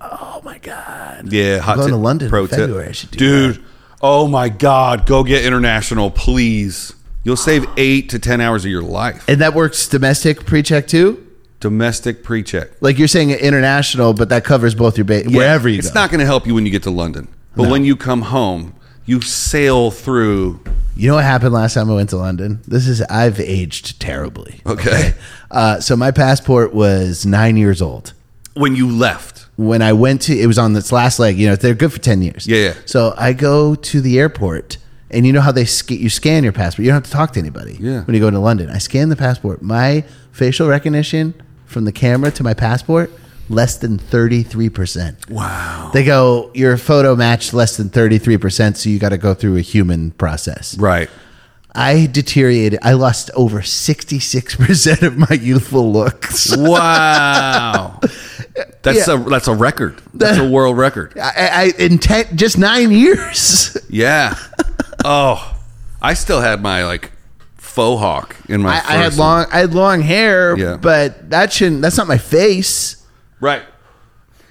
Oh my god! Yeah, hot going tip, to London in pro tip. February. I should do Dude, oh my God, go get international, please. You'll save eight to ten hours of your life. And that works domestic pre-check too. Domestic pre-check. Like you're saying, international, but that covers both your base wherever you it's go. not going to help you when you get to London, but when you come home, you sail through. you know what happened last time I went to London? This is I've aged terribly. Okay. Uh, so my passport was nine years old. when you left, when I went to, it was on this last leg. You know, they're good for ten years. Yeah, yeah. So I go to the airport, and you know how they sca- you scan your passport. You don't have to talk to anybody. Yeah. When you go to London, I scan the passport. My facial recognition from the camera to my passport less than thirty three percent. wow, They go your photo matched less than thirty three percent, so you got to go through a human process. right? I deteriorated. I lost over sixty six percent of my youthful looks. <laughs> Wow, that's a that's a record. That's a world record. I, I in ten, just nine years. <laughs> Yeah. Oh, I still had my like faux hawk in my. I, I had first- long I had long hair, Yeah. but that shouldn't that's not my face. Right.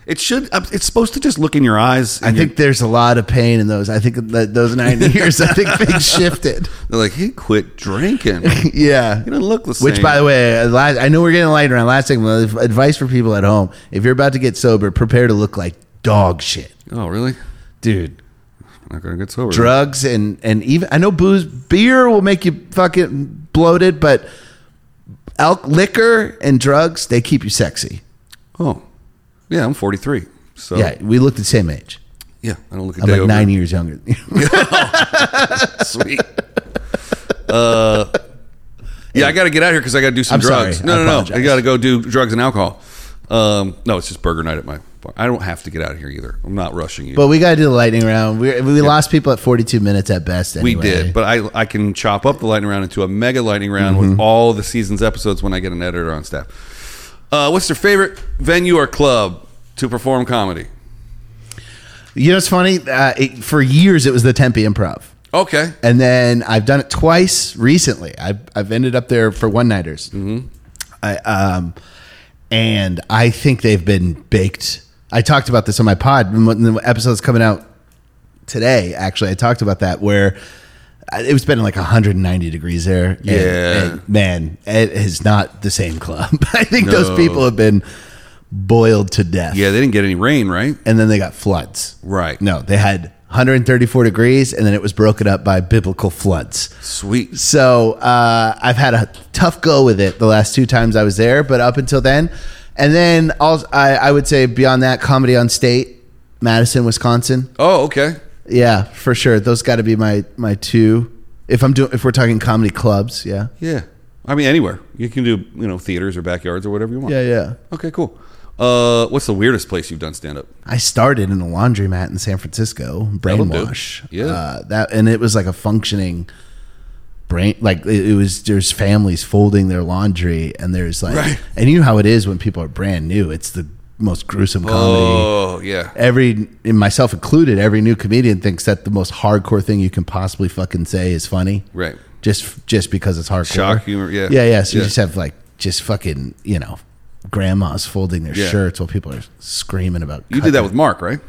It should. uh, It's supposed to just look in your eyes. I think there's a lot of pain in those. I think that <laughs> those nine years, I think things shifted. they're like, he quit <laughs> drinking. he Yeah. didn't look the same. Which, by the way, uh, last, I know we're getting light around. Last thing, well, if- advice for people at home: if you're about to get sober, prepare to look like dog shit, oh really? dude. Not gonna get sober. Drugs and and even I know booze, beer will make you fucking bloated, but alk, liquor and drugs they keep you sexy. oh, yeah. I'm 43. So yeah, Yeah, we look the same age. I don't look a I'm day like Oh. over. nine years younger. Sweet. uh, yeah, I got to get out here because I got to do some I'm sorry. drugs. I No, no, no. apologize. I got to go do drugs and alcohol. Um, no, it's just burger night at my far. I don't have to get out of here either. I'm not rushing you. But we got to do the lightning round. We, we lost people at 42 minutes at best. Anyway. we did, but I I can chop up the lightning round into a mega lightning round Mm-hmm. with all the season's episodes when I get an editor on staff. Uh, what's your favorite venue or club to perform comedy? you know, it's funny. Uh, it, for years, it was the Tempe Improv. Okay, And then I've done it twice recently. I've, I've ended up there for one nighters. Mm-hmm. I, um, and I think they've been baked. I talked about this on my pod when the episode's coming out today. Actually, I talked about that where I- it was been like 190 degrees there. and- Yeah. and man, it is not the same club. <laughs> I think No. those people have been boiled to death. yeah, they didn't get any rain, right? And then they got floods. Right. No, they had 134 degrees, and then it was broken up by biblical floods. Sweet. So uh, I've had a tough go with it the last two times I was there, but up until then, and then also, I, I would say beyond that, comedy on state, Madison, Wisconsin. Oh, okay. Yeah, for sure. Those got to be my my two. If I'm doing, if we're talking comedy clubs, yeah, Yeah. I mean, anywhere you can do, you know, theaters or backyards or whatever you want. yeah, yeah. Okay, cool. Uh, what's the weirdest place you've done stand up? I started in a laundromat in San Francisco, That'll do. brainwash. Yeah. uh, that and it was like a functioning brain. Like it, it was, there's families folding their laundry, and there's like, Right. and you know how it is when people are brand new. It's the most gruesome comedy. Oh, yeah. Every and myself included, every new comedian thinks that the most hardcore thing you can possibly fucking say is funny, Right. Just just because it's hardcore Shock humor, yeah. yeah, yeah. So Yeah. you just have like just fucking you know grandmas folding their Yeah. shirts while people are screaming about You did that with Mark, right?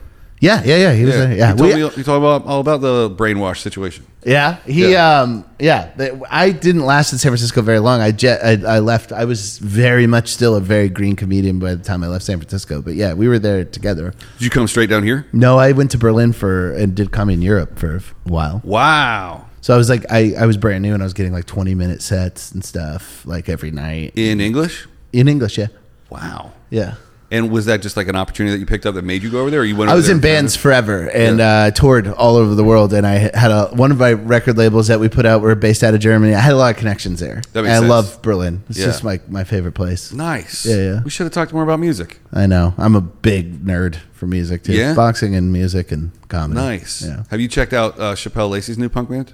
yeah, yeah, yeah. He was there. Yeah, You told, We- me, you told me all about the brainwash situation. yeah. He, Yeah. um, yeah. The- I didn't last in San Francisco very long. I, jet, I I left. I was very much still a very green comedian by the time I left San Francisco. But yeah, we were there together. Did you come straight down here? No, I went to Berlin for and did comedy in Europe for a while. Wow. So I was like, I, I was brand new and I was getting like twenty minute sets and stuff like every night In English? in English. Yeah, Wow. yeah. And was that just like an opportunity that you picked up that made you go over there? Or you went I over was there in and found bands forever and uh, toured all over the world. And I had a one of my record labels that we put out were based out of Germany. I had a lot of connections there. That makes And I sense. love Berlin. It's Yeah. just my, my favorite place. it? Nice. Yeah, yeah. We should have talked more about music. I know. I'm a big nerd for music too. Yeah? Boxing and music and comedy. Nice. Yeah. Have you checked out uh, Chappelle Lacey's new punk band?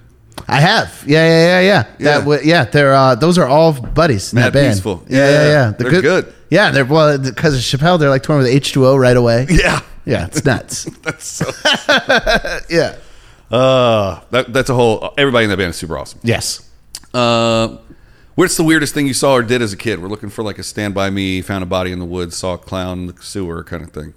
I have. Yeah, yeah, yeah, yeah. Yeah. That w- yeah, they're uh, those are all buddies in Mad that band. Peaceful. Yeah, Yeah. yeah, yeah. They're good. Yeah, they're well because of Chappelle, they're like touring with H2O right away. <laughs> Yeah. <laughs> yeah, it's nuts. That's so. <laughs> yeah. uh, that, that's a whole. Everybody in that band is super awesome. Yes. Uh, what's the weirdest thing you saw or did as a kid? We're looking for like a Stand By Me, found a body in the woods, saw a clown in the sewer kind of thing.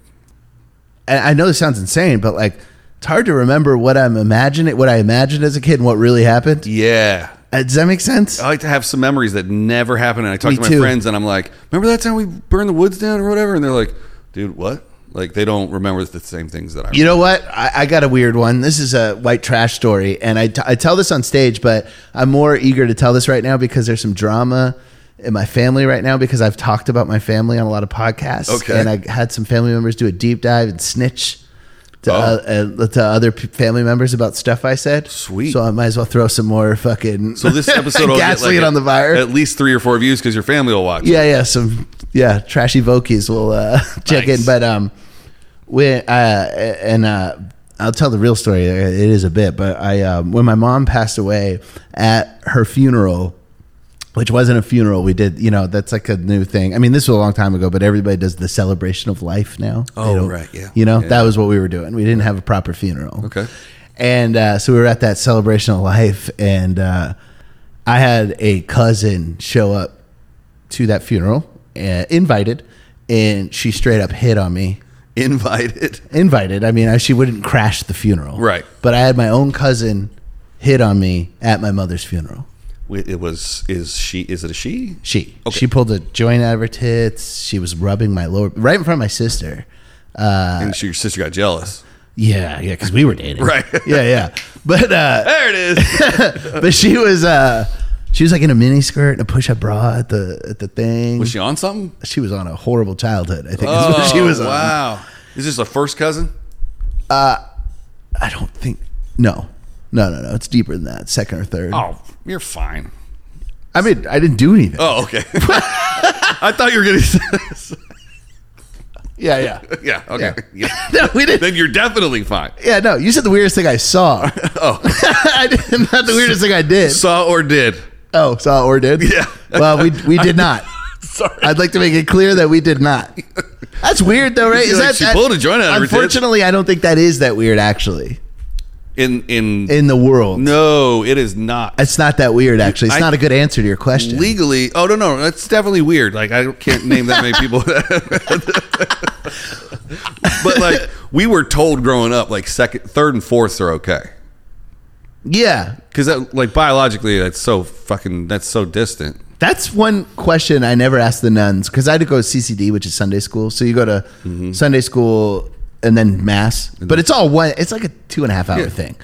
and I know this sounds insane, but like it's hard to remember what I'm imagining, what I imagined as a kid, and what really happened. Yeah. Uh, does that make sense? I like to have some memories that never happen. And I talk Me to my too. friends and I'm like, remember that time we burned the woods down or whatever? And they're like, dude, what? Like they don't remember the same things that I You know what? I, I got a weird one. This is a white trash story, and I, t- I tell this on stage, but I'm more eager to tell this right now because there's some drama in my family right now because I've talked about my family on a lot of podcasts, Okay. and I had some family members do a deep dive and snitch. To, Oh. uh, uh, to other p- family members about stuff I said. Sweet. So I might as well throw some more fucking So <laughs> this episode will get gaslight like on the fire. at least three or four views because your family will watch. yeah, yeah, some yeah, trashy vokies will uh, <laughs> check Nice. in, but um, we uh, and uh, I'll tell the real story. It is a bit, but I um, when my mom passed away at her funeral, which wasn't a funeral, we did you know that's like a new thing. I mean, this was a long time ago, but everybody does the celebration of life now. They Oh, don't- right, yeah. you know Yeah. that was what we were doing. We didn't have a proper funeral. Okay. And uh, so we were at that celebration of life, and uh, I had a cousin show up to that funeral, uh, invited, and she straight up hit on me. Invited. <laughs> Invited. I mean, I, she wouldn't crash the funeral, Right. But I had my own cousin hit on me at my mother's funeral. It was, is she, is it a she? She Okay. she pulled a joint out of her tits. She was rubbing my lower right in front of my sister. Uh, and she, your sister got jealous. Yeah, yeah, because we were dating, <laughs> Right. Yeah, yeah. But uh, There it is. <laughs> but she was uh she was like in a mini skirt and a push up bra at the at the <laughs> thing. was she, she on <laughs> something? was on a horrible childhood, I think is Oh, what she was on. wow. Is this a first cousin? I don't think no. No, no, no. It's deeper than that. Second or third. Oh, you're fine. I <laughs> mean, I didn't do anything. Oh, okay. I thought you were going to say this. <laughs> Yeah, yeah. Yeah. Okay. Yeah. No, we <laughs> didn't. then you're definitely fine. Yeah, no. You said the weirdest thing I saw. <laughs> Oh, <laughs> I did, not the weirdest thing I did. saw or did? Oh, saw or did? <laughs> Yeah. Well, we we <laughs> did not. Sorry. I'd like to make it clear that we did not. That's weird, <laughs> though, right? You're like, she pulled a joint out of her tits. Unfortunately, I don't think that is that weird. Actually, In in, in the world, no, it is not it's not that weird. Actually, it's I- not a good answer to your question. legally. Oh no, no, that's definitely weird. Like I can't name that many people. <laughs> but like we were told growing up, like second, third, and fourth are okay. yeah, Because that, like biologically, that's so fucking. That's so distant. That's one question I never asked the nuns because I had to go to CCD, which is Sunday school. So you go to Mm-hmm. Sunday school and then mass, but it's all one. It's like a two and a half hour Yeah. thing.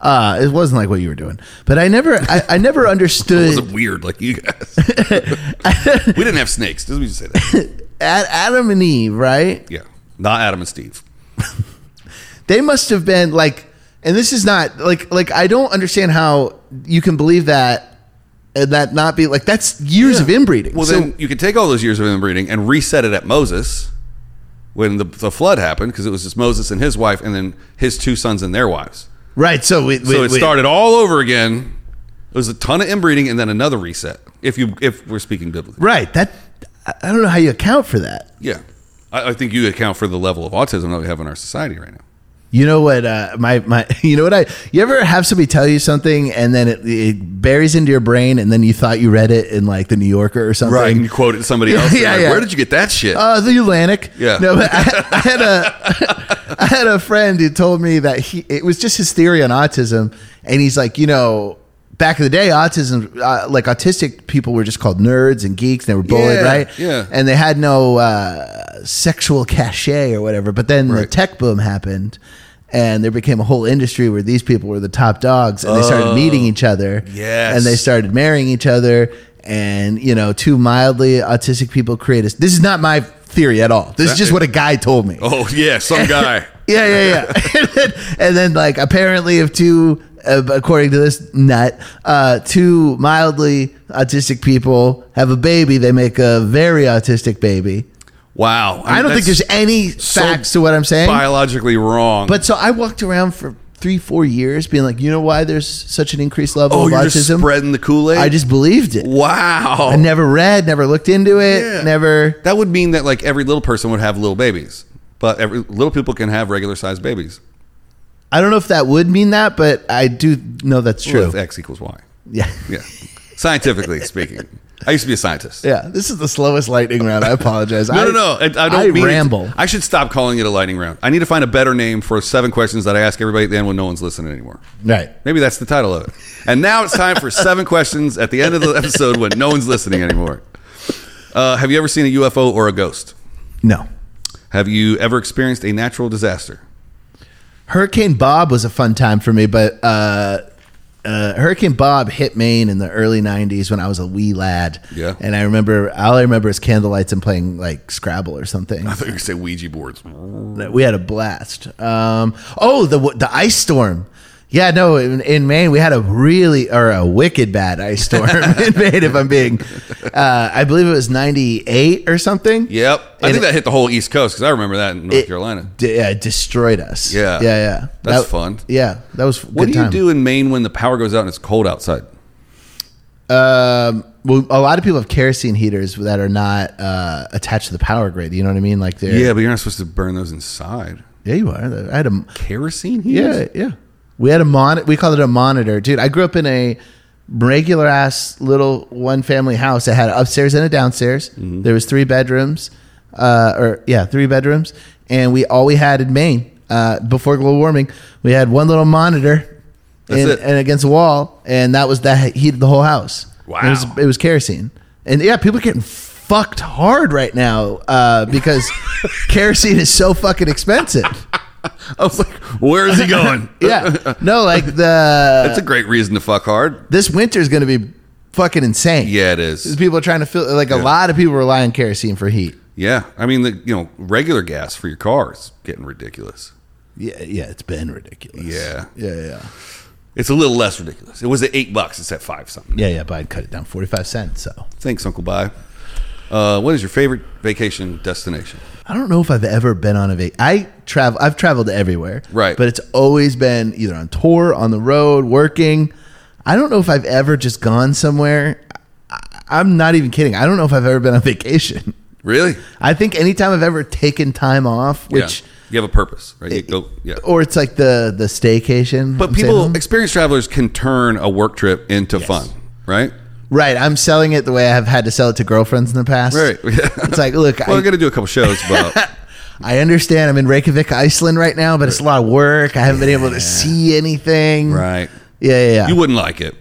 Uh, it wasn't like what you were doing, but I never, I, I <laughs> never It understood. wasn't weird like you <laughs> guys. we didn't have snakes. Let me just say that. Ad, Adam and Eve, right? Yeah, not Adam and Steve. They must have been like, and this is not like, like I don't understand how you can believe that and that not be like that's years of inbreeding. Well, So- then you can take all those years of inbreeding and reset it at Moses when the, the flood happened, because it was just Moses and his wife, and then his two sons and their wives. right? So we, So we- it we- started all over again. It was a ton of inbreeding and then another reset. If you if we're speaking biblically, right. That I I don't know how you account for that. yeah, I, I think you account for the level of autism that we have in our society right now. You know what? Uh, my my. <laughs> You know what? I. You ever have somebody tell you something and then it, it buries into your brain and then you thought you read it in like the New Yorker or something. Right, and you quote it to somebody else. <laughs> Yeah, yeah, yeah. Where did you get that shit? Uh, the Atlantic. Yeah. <laughs> No, but I, I had a <laughs> I had a friend who told me that he it was just his theory on autism, and he's like, you know, back in the day, autism uh, like autistic people were just called nerds and geeks. They were bullied, Yeah, right? yeah. And they had no uh, sexual cachet or whatever. But then the Right. tech boom happened. And there became a whole industry where these people were the top dogs, and they started meeting each other. Oh, Yes. and they started marrying each other and you know two mildly autistic people create a this is not my theory at all this is just what a guy told me oh yeah, <laughs> some guy. yeah yeah <laughs> yeah <laughs> and, then, and then, like apparently if two uh, according to this nut uh, two mildly autistic people have a baby they make a very autistic baby Wow, i don't think that's there's any so facts to what i'm saying biologically wrong. but so i walked around for three four years being like you know why there's such an increased level oh, of you're just autism spreading the Kool Aid. i just believed it wow. I never read, never looked into it, Yeah. never. That would mean that like every little person would have little babies, but every little people can have regular sized babies. I don't know if that would mean that, but I do know that's true. If X equals Y. <laughs> Yeah. Yeah. Scientifically speaking, I used to be a scientist. Yeah, this is the slowest lightning round. I <laughs> apologize. No, I, no, no. I, I don't mean it to- ramble. I should stop calling it a lightning round. I need to find a better name for seven questions that I ask everybody at the end when no one's listening anymore. Right. Maybe that's the title of it. And now it's time for seven <laughs> questions at the end of the episode when no one's listening anymore. Uh, have you ever seen a UFO or a ghost? No. Have you ever experienced a natural disaster? Hurricane Bob was a fun time for me, but uh, uh, Hurricane Bob hit Maine in the early '90s when I was a wee lad. Yeah. and I remember all I remember is candlelights and playing like Scrabble or something. I thought you were going to say Ouija boards. we had a blast. Um, oh, the the ice storm. Yeah, no, in, in Maine we had a really or a wicked bad ice storm <laughs> in Maine. If I'm being, uh, I believe it was '98 or something. Yep. I And think it- that hit the whole East Coast because I remember that in North It- Carolina. D- yeah, it destroyed us. Yeah. yeah, yeah. That's fun. Yeah, that was. What do you do in Maine when the power goes out and it's cold outside? do? Um, well, a lot of people have kerosene heaters that are not uh, attached to the power grid. You know what I mean? Like they're Yeah, but you're not supposed to burn those inside. yeah, you are. I had a Kerosene Yeah, heaters? yeah. We had a mon. We called it a monitor, dude. I grew up in a regular ass little one family house that had an upstairs and a downstairs. Mm-hmm. There was three bedrooms, uh, or yeah, three bedrooms, and we all we had in Maine uh, before global warming, we had one little monitor, That's and, it. and against a wall, and that was that heated the whole house. Wow. And it was, it was kerosene, and yeah, people are getting. Fucked hard right now <laughs> uh, because kerosene is so fucking expensive. <laughs> I was like, where is he going? <laughs> Yeah. No, like <laughs> the That's a great reason to fuck hard. this winter is going to be fucking insane. Yeah, it Because is. people are trying to feel like a lot of people rely on kerosene for heat. Yeah. I mean, the, you know, regular gas for your car is getting ridiculous. Yeah, yeah, it's been ridiculous. Yeah. yeah, yeah, It's a little less ridiculous. It was at eight bucks. It's at five something. yeah, yeah. Biden cut it down forty five cents. So Thanks, Uncle Bye. Uh, what is your favorite vacation destination? I don't know if I've ever been on a vacation. I travel. I've traveled everywhere, Right. But it's always been either on tour, on the road, working. I don't know if I've ever just gone somewhere. I, I'm not even kidding. I don't know if I've ever been on vacation. Really? I think anytime I've ever taken time off, which yeah. you have a purpose, right? You go, yeah. or it's like the the staycation. But I'm staying home. people, experienced travelers can turn a work trip into fun, right? right? I'm selling it the way I've had to sell it to girlfriends in the past. Right. <laughs> Yeah. It's like, look, Well, I, we're going to do a couple shows, but <laughs> I understand. I'm in Reykjavik, Iceland, right now, but it's a lot of work. I haven't been able to see anything. right. Yeah, yeah. yeah. You wouldn't like it.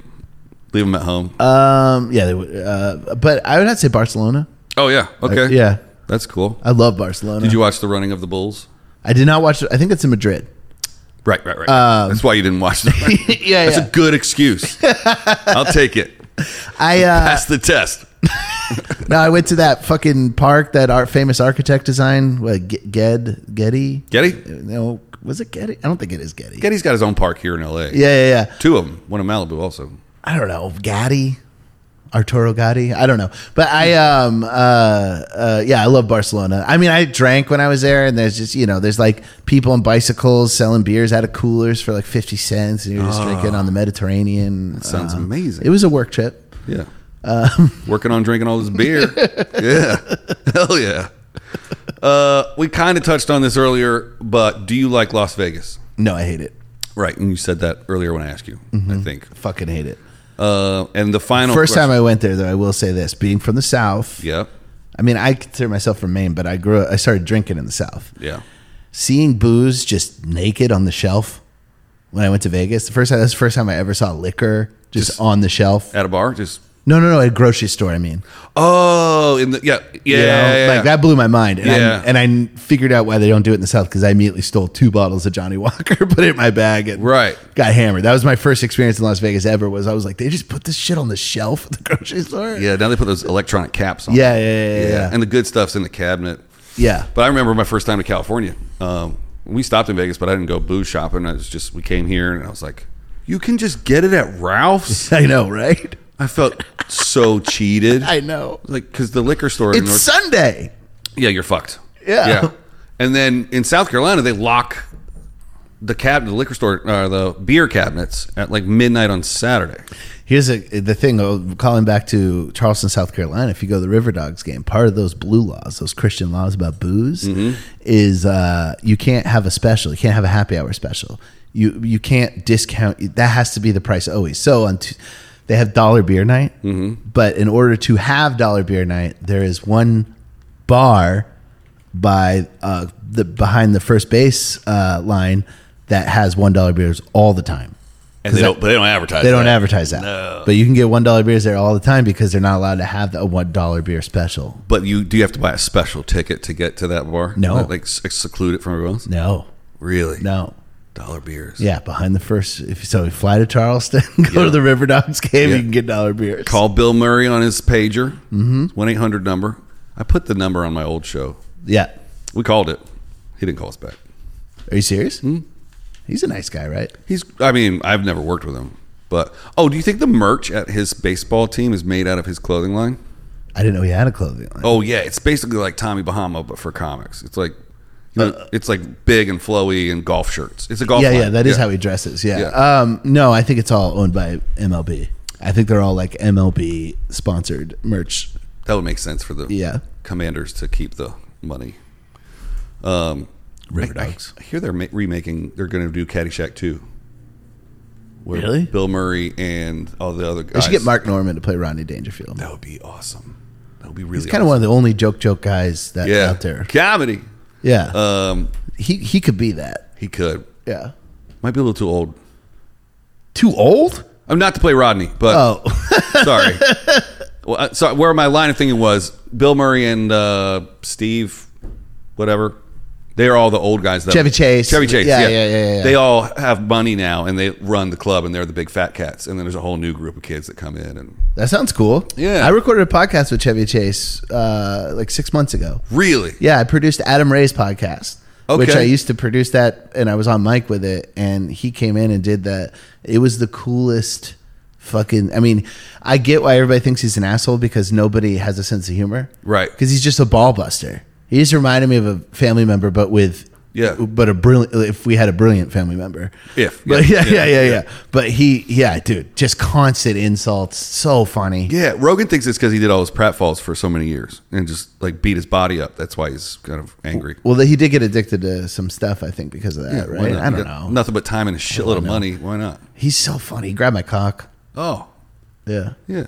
Leave them at home. Um, yeah, they would, uh, but I would have to say Barcelona. oh yeah. Okay. Uh, yeah. Uh, That's cool. I love Barcelona. Did you watch the running of the bulls? I did not watch. I think it's in Madrid. <laughs> Right, right, right. That's why you didn't watch the. yeah, That's Um, yeah. a good <laughs> excuse. I'll take it. I uh, Pass the test. no, I went to that fucking park that our famous architect designed. What, G- Ged Getty? Getty. No, was it Getty? I don't think it is Getty. Getty's got his own park here in L.A. Yeah, yeah, yeah. Two of them. One in Malibu also. I don't know. Gatti, Arturo Gatti. I don't know. But I um uh, uh yeah, I love Barcelona. I mean, I drank when I was there, and there's just you know, there's like people on bicycles selling beers out of coolers for like fifty cents, and you're just drinking on the Mediterranean. That Ah. sounds amazing. It was a work trip. Yeah. Um, <laughs> Working on drinking all this beer. yeah. Hell yeah. Uh, we kind of touched on this earlier, but do you like Las Vegas? No, I hate it. Right. And you said that earlier when I asked you, I think. Fucking hate it. Uh, and the final Mm-hmm. First time I went there, though, I will say this: being from the South, Yeah. I mean, I consider myself from Maine, but I grew, up, I started drinking in the South. Yeah. seeing booze just naked on the shelf when I went to Vegas. The first time, that's the first time I ever saw liquor just, on the shelf. At a bar? Just. No, no, no, at a grocery store. I mean, Oh, in the yeah, yeah, You know, yeah, yeah. like that blew my mind. And, Yeah. I, and I figured out why they don't do it in the South because I immediately stole two bottles of Johnny Walker, <laughs> put it in my bag, and Right. got hammered. That was my first experience in Las Vegas ever. Was I was like, they just put this shit on the shelf at the grocery store. Yeah, now they put those electronic caps on. Yeah, yeah, yeah, yeah, yeah. And the good stuff's in the cabinet. yeah. But I remember my first time to California. Um, we stopped in Vegas, but I didn't go booze shopping. I was just we came here, and I was like, "You can just get it at Ralph's." <laughs> I know, right? I felt so cheated. <laughs> I know. like because the liquor store in It's North, Sunday. yeah, you're fucked. Yeah. And then in South Carolina, they lock the cab, the liquor store, uh, the beer cabinets at like midnight on Saturday. Here's a, the thing. oh, Calling back to Charleston, South Carolina, if you go to the River Dogs game, part of those blue laws, those Christian laws about booze, is uh, you can't have a special. You can't have a happy hour special. You you can't discount. That has to be the price always. So on, t- they have dollar beer night, but in order to have dollar beer night, there is one bar by uh, the behind the first base uh, line that has one dollar beers all the time. And they don't, but they don't advertise. They that. don't advertise that. No. But you can get one dollar beers there all the time because they're not allowed to have the- a one dollar beer special. But you do you have to buy a special ticket to get to that bar? No. like, s- seclude it from everyone else. No, Really? no. Dollar beers. Yeah, behind the first. If you so, you fly to Charleston, <laughs> go to the River Dogs game, Yeah. you can get dollar beers. Call Bill Murray on his pager. Mm-hmm. One eight hundred number. I put the number on my old show. Yeah. We called it. He didn't call us back. Are you serious? Hmm? He's a nice guy, right? He's. I mean, I've never worked with him. But oh, do you think the merch at his baseball team is made out of his clothing line? I didn't know he had a clothing line. Oh yeah, it's basically like Tommy Bahama but for comics. It's like, you know, it's like big and flowy and golf shirts. It's a golf. Uh, yeah, line. yeah. That is how he dresses. Yeah. oh Yeah. Um, no, I think it's all owned by MLB. I think they're all like MLB sponsored merch. That would make sense for the Yeah. commanders to keep the money. River I, Dogs. I hear they're ma- remaking. They're going to do Caddyshack two. Where Really? Bill Murray and all the other I guys. should get Mark Norman to play Rodney Dangerfield. That would be awesome. That would be really. He's kind of one of the only joke joke guys that's yeah out there. comedy. Yeah, Um, he he could be that. he could. Yeah, Might be a little too old. too old. I'm not to play Rodney, but Oh, <laughs> sorry. Well, uh, so where my line of thinking was Bill Murray and uh, Steve, whatever. They are all the old guys. That Chevy Chase. Chevy Chase. Yeah, Yeah. yeah, yeah, yeah. They all have money now, and they run the club, and they're the big fat cats. And then there's a whole new group of kids that come in. And that sounds cool. Yeah. I recorded a podcast with Chevy Chase uh, like six months ago. really, Yeah, I produced Adam Ray's podcast, which Okay. I used to produce that, and I was on mic with it, and he came in and did that. It was the coolest fucking. I mean, I get why everybody thinks he's an asshole because nobody has a sense of humor, Right. Because he's just a ball buster. He just reminded me of a family member, but with Yeah. but a brilliant. If we had a brilliant family member, If, but yeah, <laughs> yeah, yeah, yeah, yeah, yeah, But he, yeah, dude, just constant insults, so funny. Yeah, Rogan thinks it's because he did all his pratfalls for so many years and just like beat his body up. That's why he's kind of angry. Well, he did get addicted to some stuff, I think, because of that, Why right? not? I You don't got know. Nothing but time and a shitload of money. Why not? He's so funny. He grabbed my cock. Oh, Yeah, yeah.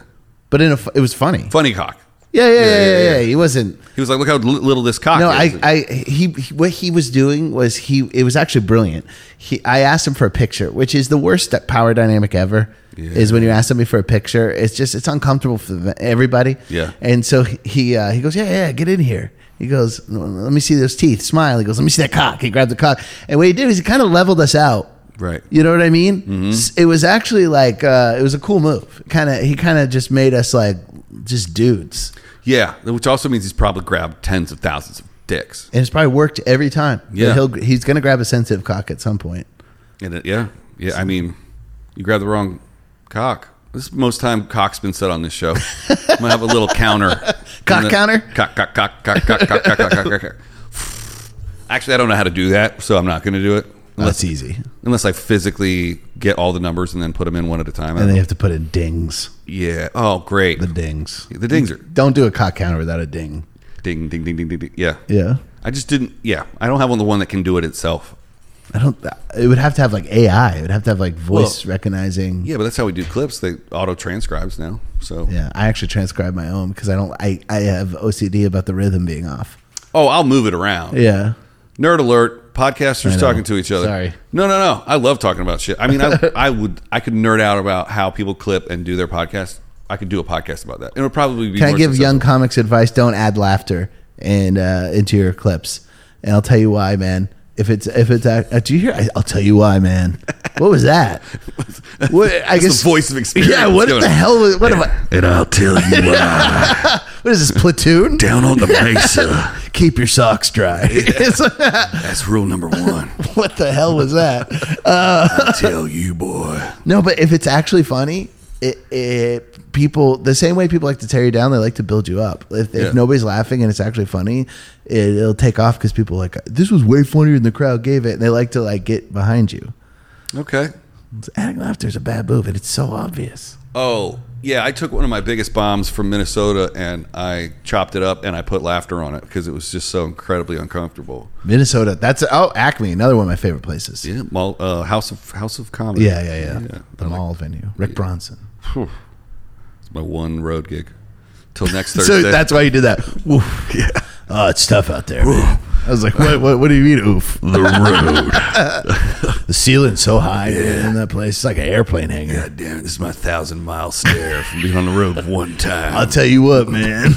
but in a, fu- it was funny. Funny cock. Yeah, yeah, yeah, yeah. yeah, yeah, yeah. He wasn't. He was like, look how li- little this cock No, is. I, I, he, he- what he was doing was he. It was actually brilliant. He, I asked him for a picture, which is the worst d- power dynamic ever. Yeah. Is when you ask somebody for a picture, it's just it's uncomfortable for the- everybody. Yeah. And so he, uh, he goes, yeah, yeah, get in here. He goes, let me see those teeth. Smile. He goes, let me see that cock. He grabbed the cock, and what he did is he kind of leveled us out. right. You know what I mean? Mm-hmm. S- It was actually like uh, it was a cool move. Kind of, he kind of just made us like just dudes, Yeah, which also means he's probably grabbed tens of thousands of dicks. and it's probably worked every time. But Yeah. he'll he's gonna grab a sensitive cock at some point. And it, yeah, yeah. I mean, you grab the wrong cock. This is most time cock's been said on this show. I'm gonna have a little counter. Cock And the- counter? <laughs> Cock cock cock cock cock cock cock cock cock. cock. Actually, I don't know how to do that, so I'm not gonna do it. Unless, That's easy, unless I physically get all the numbers and then put them in one at a time. I and don't they know. have to put in dings, yeah. Oh, great. the The, dings. dings are Don't do a cock counter without a ding. ding ding ding ding ding. ding. Yeah. Yeah, I just didn't. Yeah. I don't have one the one that can do it itself. I don't. It would have to have like AI. It would have to have like voice Well, recognizing. Yeah, but that's how we do clips. They auto transcribes now. So Yeah, I actually transcribe my own because I don't. I I have OCD about the rhythm being off. oh, I'll move it around. Yeah. Nerd alert! Podcasters know. talking to each other. Sorry. No, no, no. I love talking about shit. I mean, <laughs> I, I would, I could nerd out about how people clip and do their podcast. I could do a podcast about that. It would probably be. Can I more give successful. young comics advice? Don't add laughter and uh, into your clips, and I'll tell you why, man. If it's if it's uh, do you hear? I, I'll tell you why, man. What <laughs> was that? What I That's the guess voice of experience. <laughs> Yeah, what doing the it. hell? Was, what am I? And I'll tell you why. What is <laughs> this platoon? Down on the mesa, Keep your socks dry. It's like, that's rule number one. what the hell was that? I tell you, boy. No, but if it's actually funny, it, it people the same way people like to tear you down, they like to build you up. If, Yeah. if nobody's laughing and it's actually funny, it, it'll take off because people are like this was way funnier than the crowd gave it, and they like to like get behind you. Okay. Adding laughter is a bad move, and it's so obvious. Oh yeah, I took one of my biggest bombs from Minnesota and I chopped it up and I put laughter on it because it was just so incredibly uncomfortable. Minnesota, that's oh Acme, another one of my favorite places. Yeah, Yeah, mall, uh, House of House of Comedy. yeah, yeah. The I like- mall venue, Rick Bronson. It's my one road gig. <laughs> Till next So Thursday. that's why you <laughs> did that. Oof. Yeah. Oh, it's tough out there. man. I <laughs> was like, what, what? What do you mean, oof? The road. The ceiling's so high man, in that place. It's like an airplane hangar. God damn it, this is my thousand mile stare from being on the road one I'll time. tell <laughs> you what, man.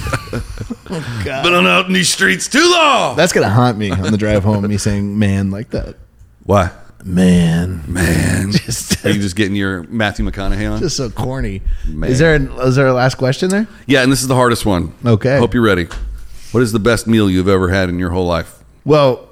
I've been on out in these streets too long. That's gonna haunt me on the drive home. Me saying "man" like that. why. Man, <laughs> Man, just, Are you just getting your Matthew McConaughey on? just so corny. Man. Is there an, is there a last question there? yeah, and this is the hardest one. Okay. Hope you're ready. What is the best meal you've ever had in your whole life? Well,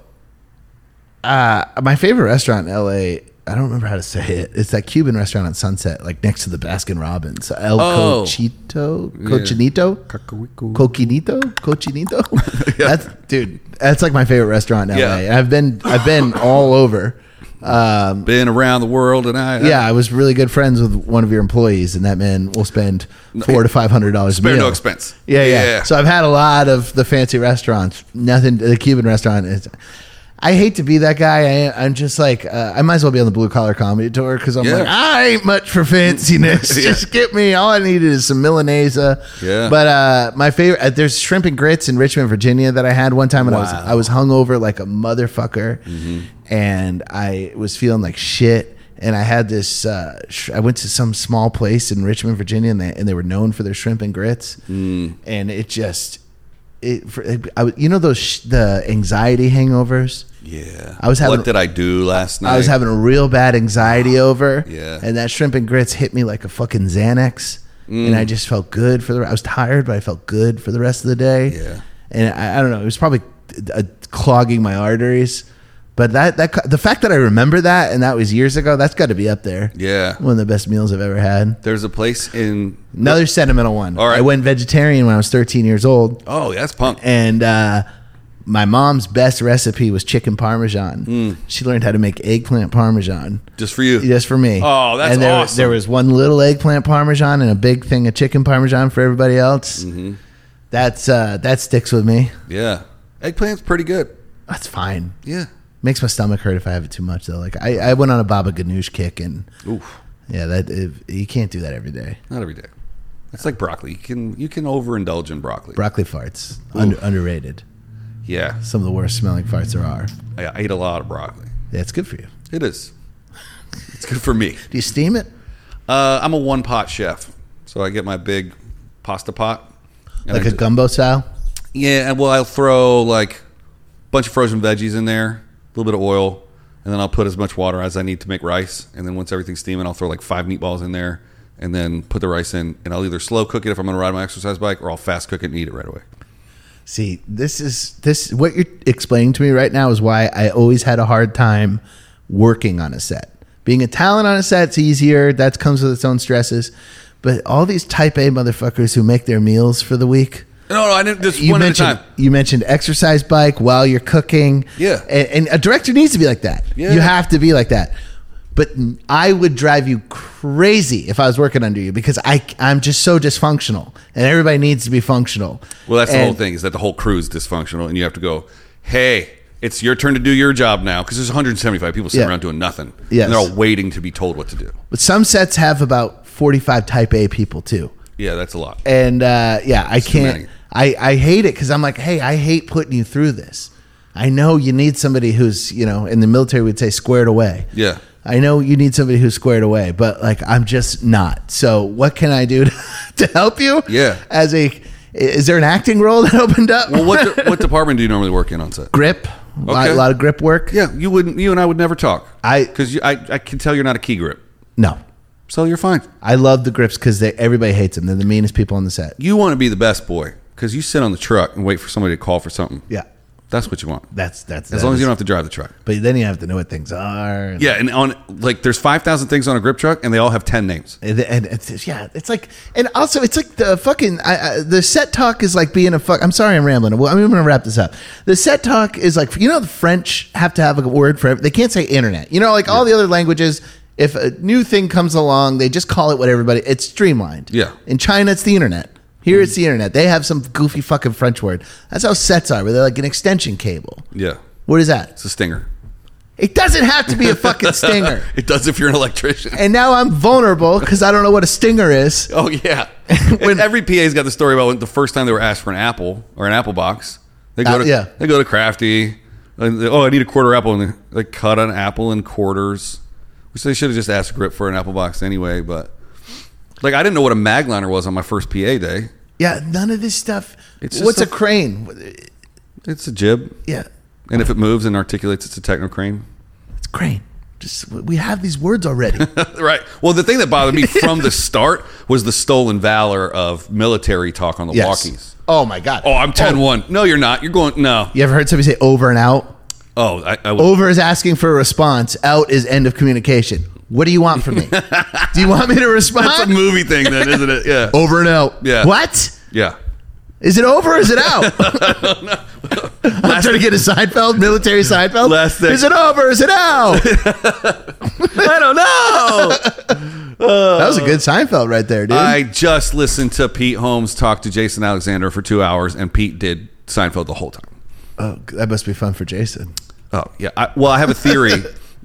uh, my favorite restaurant in LA. I don't remember how to say it. It's that Cuban restaurant on Sunset, like next to the Baskin Robbins. El Oh. Cochito, Cochinito, Coquinito, Cochinito. Yeah. That's dude. That's like my favorite restaurant in LA. Yeah. I've been I've been all over. Um, Been around the world and I yeah, I was really good friends with one of your employees, and that man will spend four to five hundred dollars. Spare no expense. Yeah, yeah, Yeah. So I've had a lot of the fancy restaurants. Nothing. The Cuban restaurant is. I hate to be that guy. I, I'm just like uh, I might as well be on the blue collar comedy tour because I'm Yeah. like I ain't much for <laughs> fanciness. Yeah. Just get me. All I needed is some Milanese. Yeah. But uh, my favorite. Uh, there's shrimp and grits in Richmond, Virginia that I had one time, and I was Wow. Mm-hmm. I was hungover like a motherfucker, and I was feeling like shit. And I had this. Uh, sh- I went to some small place in Richmond, Virginia, and they, and they were known for their shrimp and grits. Mm. And it just, it, for, I, was- you know those sh- the anxiety hangovers. Yeah. I was having- What did I do last night? I was having a real <sighs> bad anxiety over. Yeah. And that shrimp and grits hit me like a fucking Xanax. And Mm. I just felt good for the I was tired, but I felt good for the rest of the day. Yeah. And I, I don't know, it was probably uh, clogging my arteries. But that that co- the fact that I remember that and that was years ago, that's got to be up there. Yeah. one of the best meals I've ever had. There's a place in. Another sentimental one. All right. I went vegetarian when I was 13 years old, Oh, that's punk. and uh, my mom's best recipe was chicken parmesan. Mm. She learned how to make eggplant parmesan Just for you. just for me. Oh, that's and there, awesome. There was one little eggplant parmesan and a big thing of chicken parmesan for everybody else. Mm-hmm. That's uh, that sticks with me. Yeah. Eggplant's pretty good. That's fine. Yeah. Makes my stomach hurt if I have it too much though. Like I, I went on a baba ganoush kick and Oof. yeah, that if, you can't do that every day. Not every day. It's like broccoli. You can you can overindulge in broccoli. Broccoli farts under, underrated. yeah. Some of the worst smelling farts there are. I, I eat a lot of broccoli. Yeah, it's good for you. It is. It's good for me. Do you steam it? Uh, I'm a one pot chef, so I get my big pasta pot. and Like I a ju- gumbo style? Yeah, and well, I'll throw like a bunch of frozen veggies in there, a little bit of oil, and then I'll put as much water as I need to make rice. And then once everything's steaming, I'll throw like five meatballs in there, and then put the rice in. And I'll either slow cook it if I'm going to ride my exercise bike, or I'll fast cook it and eat it right away. See, this is this what you're explaining to me right now is why I always had a hard time working on a set. Being a talent on a set's easier. That comes with its own stresses. But all these type A motherfuckers who make their meals for the week. No, no, I didn't. Just You one at a mentioned time. you mentioned exercise bike while you're cooking. Yeah. and, and a director needs to be like that. Yeah. you have to be like that. But I would drive you crazy if I was working under you because I I'm just so dysfunctional, and everybody needs to be functional. Well, that's the whole And- thing is that the whole crew is dysfunctional, and you have to go, hey, it's your turn to do your job now because there's 175 people sitting Yeah. around doing nothing, Yes. and they're all waiting to be told what to do. But some sets have about 45 type A people too. Yeah, that's a lot. And uh, yeah, I many. can't. I, I hate it because I'm like, hey, I hate putting you through this. I know you need somebody who's, you know, in the military would say squared away. Yeah. I know you need somebody who's squared away, but like I'm just not. So what can I do <laughs> to, to help you? Yeah. As a, is there an acting role that <laughs> opened up? Well, what de- what department do you normally work in on set? <laughs> grip? A, lot, Okay. lot of grip work. Yeah, you wouldn't. You and I would never talk. I- because I I can tell you're not a key grip, No, so you're fine. I love the grips because everybody hates them. They're the meanest people on the set. You want to be the best boy because you sit on the truck and wait for somebody to call for something. Yeah. that's what you want. That's that's As long as you don't have to drive the truck. But then you have to know what things are. And, Yeah, and on like there's five thousand things on a grip truck, and they all have ten names. And, and it's, yeah, it's like, and also it's like the fucking I, I, the set talk is like being a fuck. I'm sorry, I'm rambling. Well, I'm going to wrap this up. The set talk is like you know the French have to have a word for it. They can't say internet. You know, like all the other languages. If a new thing comes along, they just call it what everybody. It's streamlined. Yeah. In China, it's the internet. Here, it's the internet. They have some goofy fucking French word. That's how sets are. Where they're like an extension cable. Yeah, What is that? it's a stinger. It doesn't have to be a <laughs> fucking stinger. It does if you're an electrician. and now I'm vulnerable because I don't know what a stinger is. <laughs> Oh yeah. <laughs> When- when every PA's got the story about when the first time they were asked for an apple or an apple box, they go Uh, to yeah. they go to Crafty. And they, oh, I need a quarter apple, and they, they cut an apple in quarters, which they should have just asked Grip for an apple box anyway. But like, I didn't know what a magliner was on my first PA day. Yeah, none of this stuff. It's just What's a, a- crane? It's a jib, Yeah, and if it moves and articulates, it's a techno crane. it's crane. Just we have these words already. <laughs> Right. Well, the thing that bothered me from <laughs> the start was the stolen valor of military talk on the walkies. Oh my god. Oh, I'm 10-1. No, you're not. You're going no. You ever heard somebody say over and out? Oh, I, I would Over is asking for a response. Out is end of communication. What do you want <laughs> from me? do you want me to That's a respond? movie thing, then, isn't it? Yeah. Over and out. Yeah. What? Yeah. Is it over? or <laughs> Is it out? <laughs> I'm trying to get a Seinfeld, military Seinfeld. Last thing- Is it over? or Is <laughs> it out? I don't know. that was a good Seinfeld right there, <laughs> dude. I just listened to Pete Holmes talk to Jason Alexander for two hours, and Pete did Seinfeld the whole time. oh, that must be fun for Jason. Oh, yeah. I, well, I have a <laughs> theory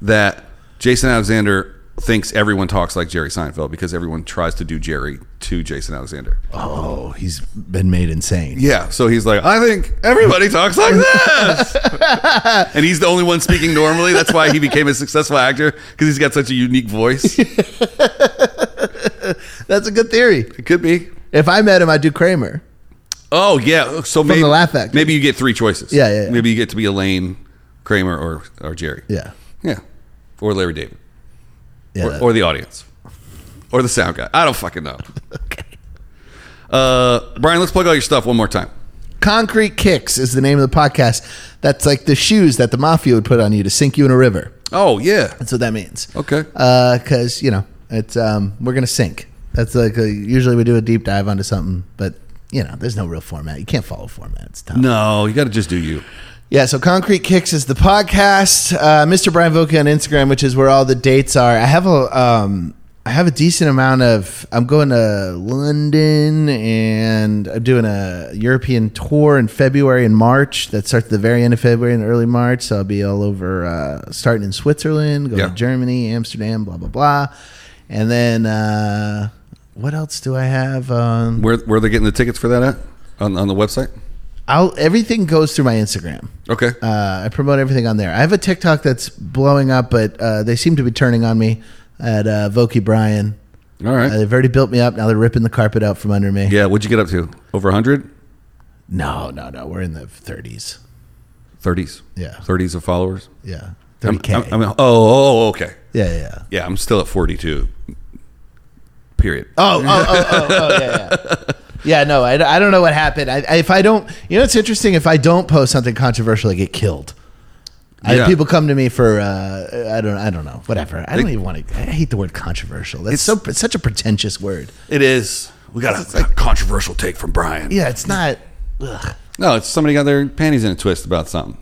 that Jason Alexander thinks everyone talks like Jerry Seinfeld because everyone tries to do Jerry to Jason Alexander. Oh, he's been made insane. Yeah. So he's like, I think everybody talks like <laughs> this. and he's the only one speaking normally. That's why he became a successful actor because he's got such a unique voice. It That's a good theory. could be. If I met him, I'd do Kramer. Oh yeah, so maybe the Laugh Factory. maybe you get three choices. Yeah, yeah, yeah. Maybe you get to be Elaine, Kramer, or or Jerry. Yeah. yeah, or Larry David, Yeah. or, or the audience, or the sound guy. I don't fucking know. <laughs> okay. Uh, Brian, let's plug all your stuff one more time. Concrete Kicks is the name of the podcast. That's like the shoes that the mafia would put on you to sink you in a river. Oh yeah. That's what that means. Okay. Uh, Because you know it's um, we're gonna sink. That's like a, usually we do a deep dive onto something, but you know there's no real format. You can't follow format. It's tough. No, you got to just do you. Yeah, so Concrete Kicks is the podcast. Uh, Mr. Brian Voca on Instagram, which is where all the dates are. I have a um, I have a decent amount of. I'm going to London and I'm doing a European tour in February and March. That starts at the very end of February and early March. So I'll be all over, uh, starting in Switzerland, going Yeah. to Germany, Amsterdam, blah blah blah, and then uh, what else do I have? Um, Where where are they getting the tickets for that at? On on the website? I'll everything goes through my Instagram. Okay. Uh, I promote everything on there. I have a TikTok that's blowing up, but uh, they seem to be turning on me at uh, Voki Bryan. All right. Uh, they've already built me up. Now they're ripping the carpet out from under me. yeah, what'd you get up to? Over 100? No, no, no. We're in the 30s. 30s. Yeah. 30s of followers. Yeah. I'm- 30K. I'm- I'm- oh, oh, okay. yeah, yeah, yeah. Yeah, I'm still at 42. Period. Oh, oh, oh, oh, oh, yeah, <laughs> yeah. Yeah, no, I, I don't know what happened. I, I- if I don't, you know, it's interesting. If I don't post something controversial, I get killed. I- Yeah. people come to me for uh, I don't I don't know whatever I don't even want to I hate the word controversial that's It's- so it's such a pretentious word It is. We got a, a controversial take from Brian. yeah it's not ugh. No, it's somebody got their panties in a twist about something.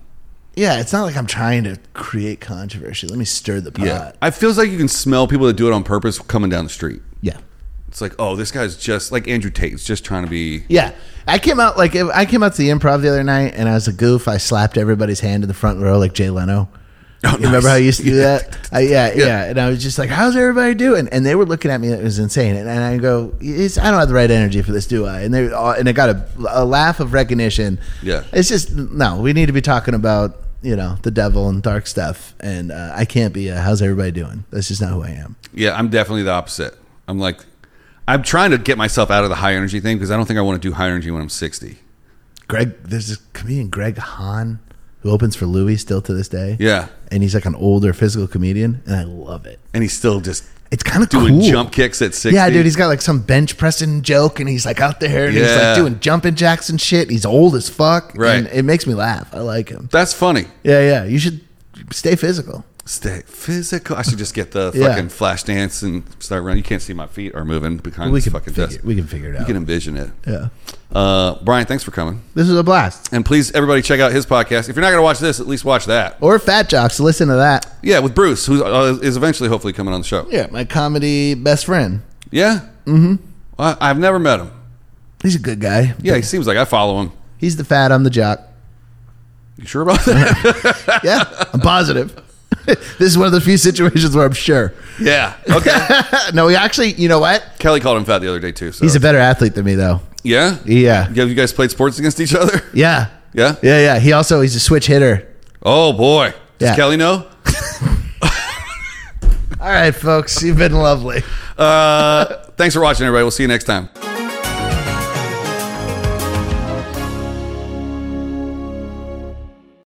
yeah it's not like I'm trying to create controversy let me stir the pot yeah, I feels like you can smell people that do it on purpose coming down the street. yeah. It's like, oh, this guy's just like Andrew Tate's just trying to be. Yeah, I came out like I came out to the improv the other night, and I was a goof. I slapped everybody's hand in the front row like Jay Leno. Oh, You remember nice. how I used to <laughs> do that? I, yeah, yeah, Yeah. And I was just like, "How's everybody doing?" And they were looking at me. It was insane. And, and I go, it's, "I don't have the right energy for this, do I?" And they all, and I got a, a laugh of recognition. Yeah. it's just no. We need to be talking about you know the devil and dark stuff, and uh, I can't be. A, How's everybody doing? That's just not who I am. Yeah, I'm definitely the opposite. I'm like, I'm trying to get myself out of the high energy thing because I don't think I want to do high energy when I'm 60. Greg, there's this comedian Greg Hahn who opens for Louis still to this day. Yeah. and he's like an older physical comedian, and I love it. And he's still just It's kind of doing cool. jump kicks at 60. Yeah, dude, he's got like some bench pressing joke, and he's like out there and he's Yeah. like doing jumping jacks and shit. He's old as fuck, Right. And it makes me laugh. I like him. That's funny. Yeah, yeah. You should stay physical. Stay physical. I should just get the Yeah. fucking flash dance and start running. You can't see my feet are moving behind We this can fucking figure, desk. we can figure it You out. can envision it. yeah, Uh, Brian, thanks for coming. this was a blast. And please, everybody, check out his podcast. If you're not going to watch this, at least watch that. Or fat jocks, listen to that. Yeah, with Bruce, who uh, is eventually hopefully coming on the show. Yeah, my comedy best friend. Yeah? Mm-hmm. Well, I- I've never met him. He's a good guy. Yeah, he seems like I follow him. he's the fat. I'm the jock. You sure about that? <laughs> <laughs> Yeah, I'm positive. <laughs> this is one of the few situations where I'm sure. <laughs> yeah. Okay. <laughs> no, he actually, you know what? Kelly called him fat the other day too. So He's a better athlete than me, though. yeah. Yeah. You guys played sports against each other? <laughs> Yeah. Yeah. Yeah, yeah. He also he's a switch hitter. Oh boy. Does Yeah. Kelly know? All right, folks, you've been lovely. <laughs> Uh, thanks for watching, everybody. We'll see you next time.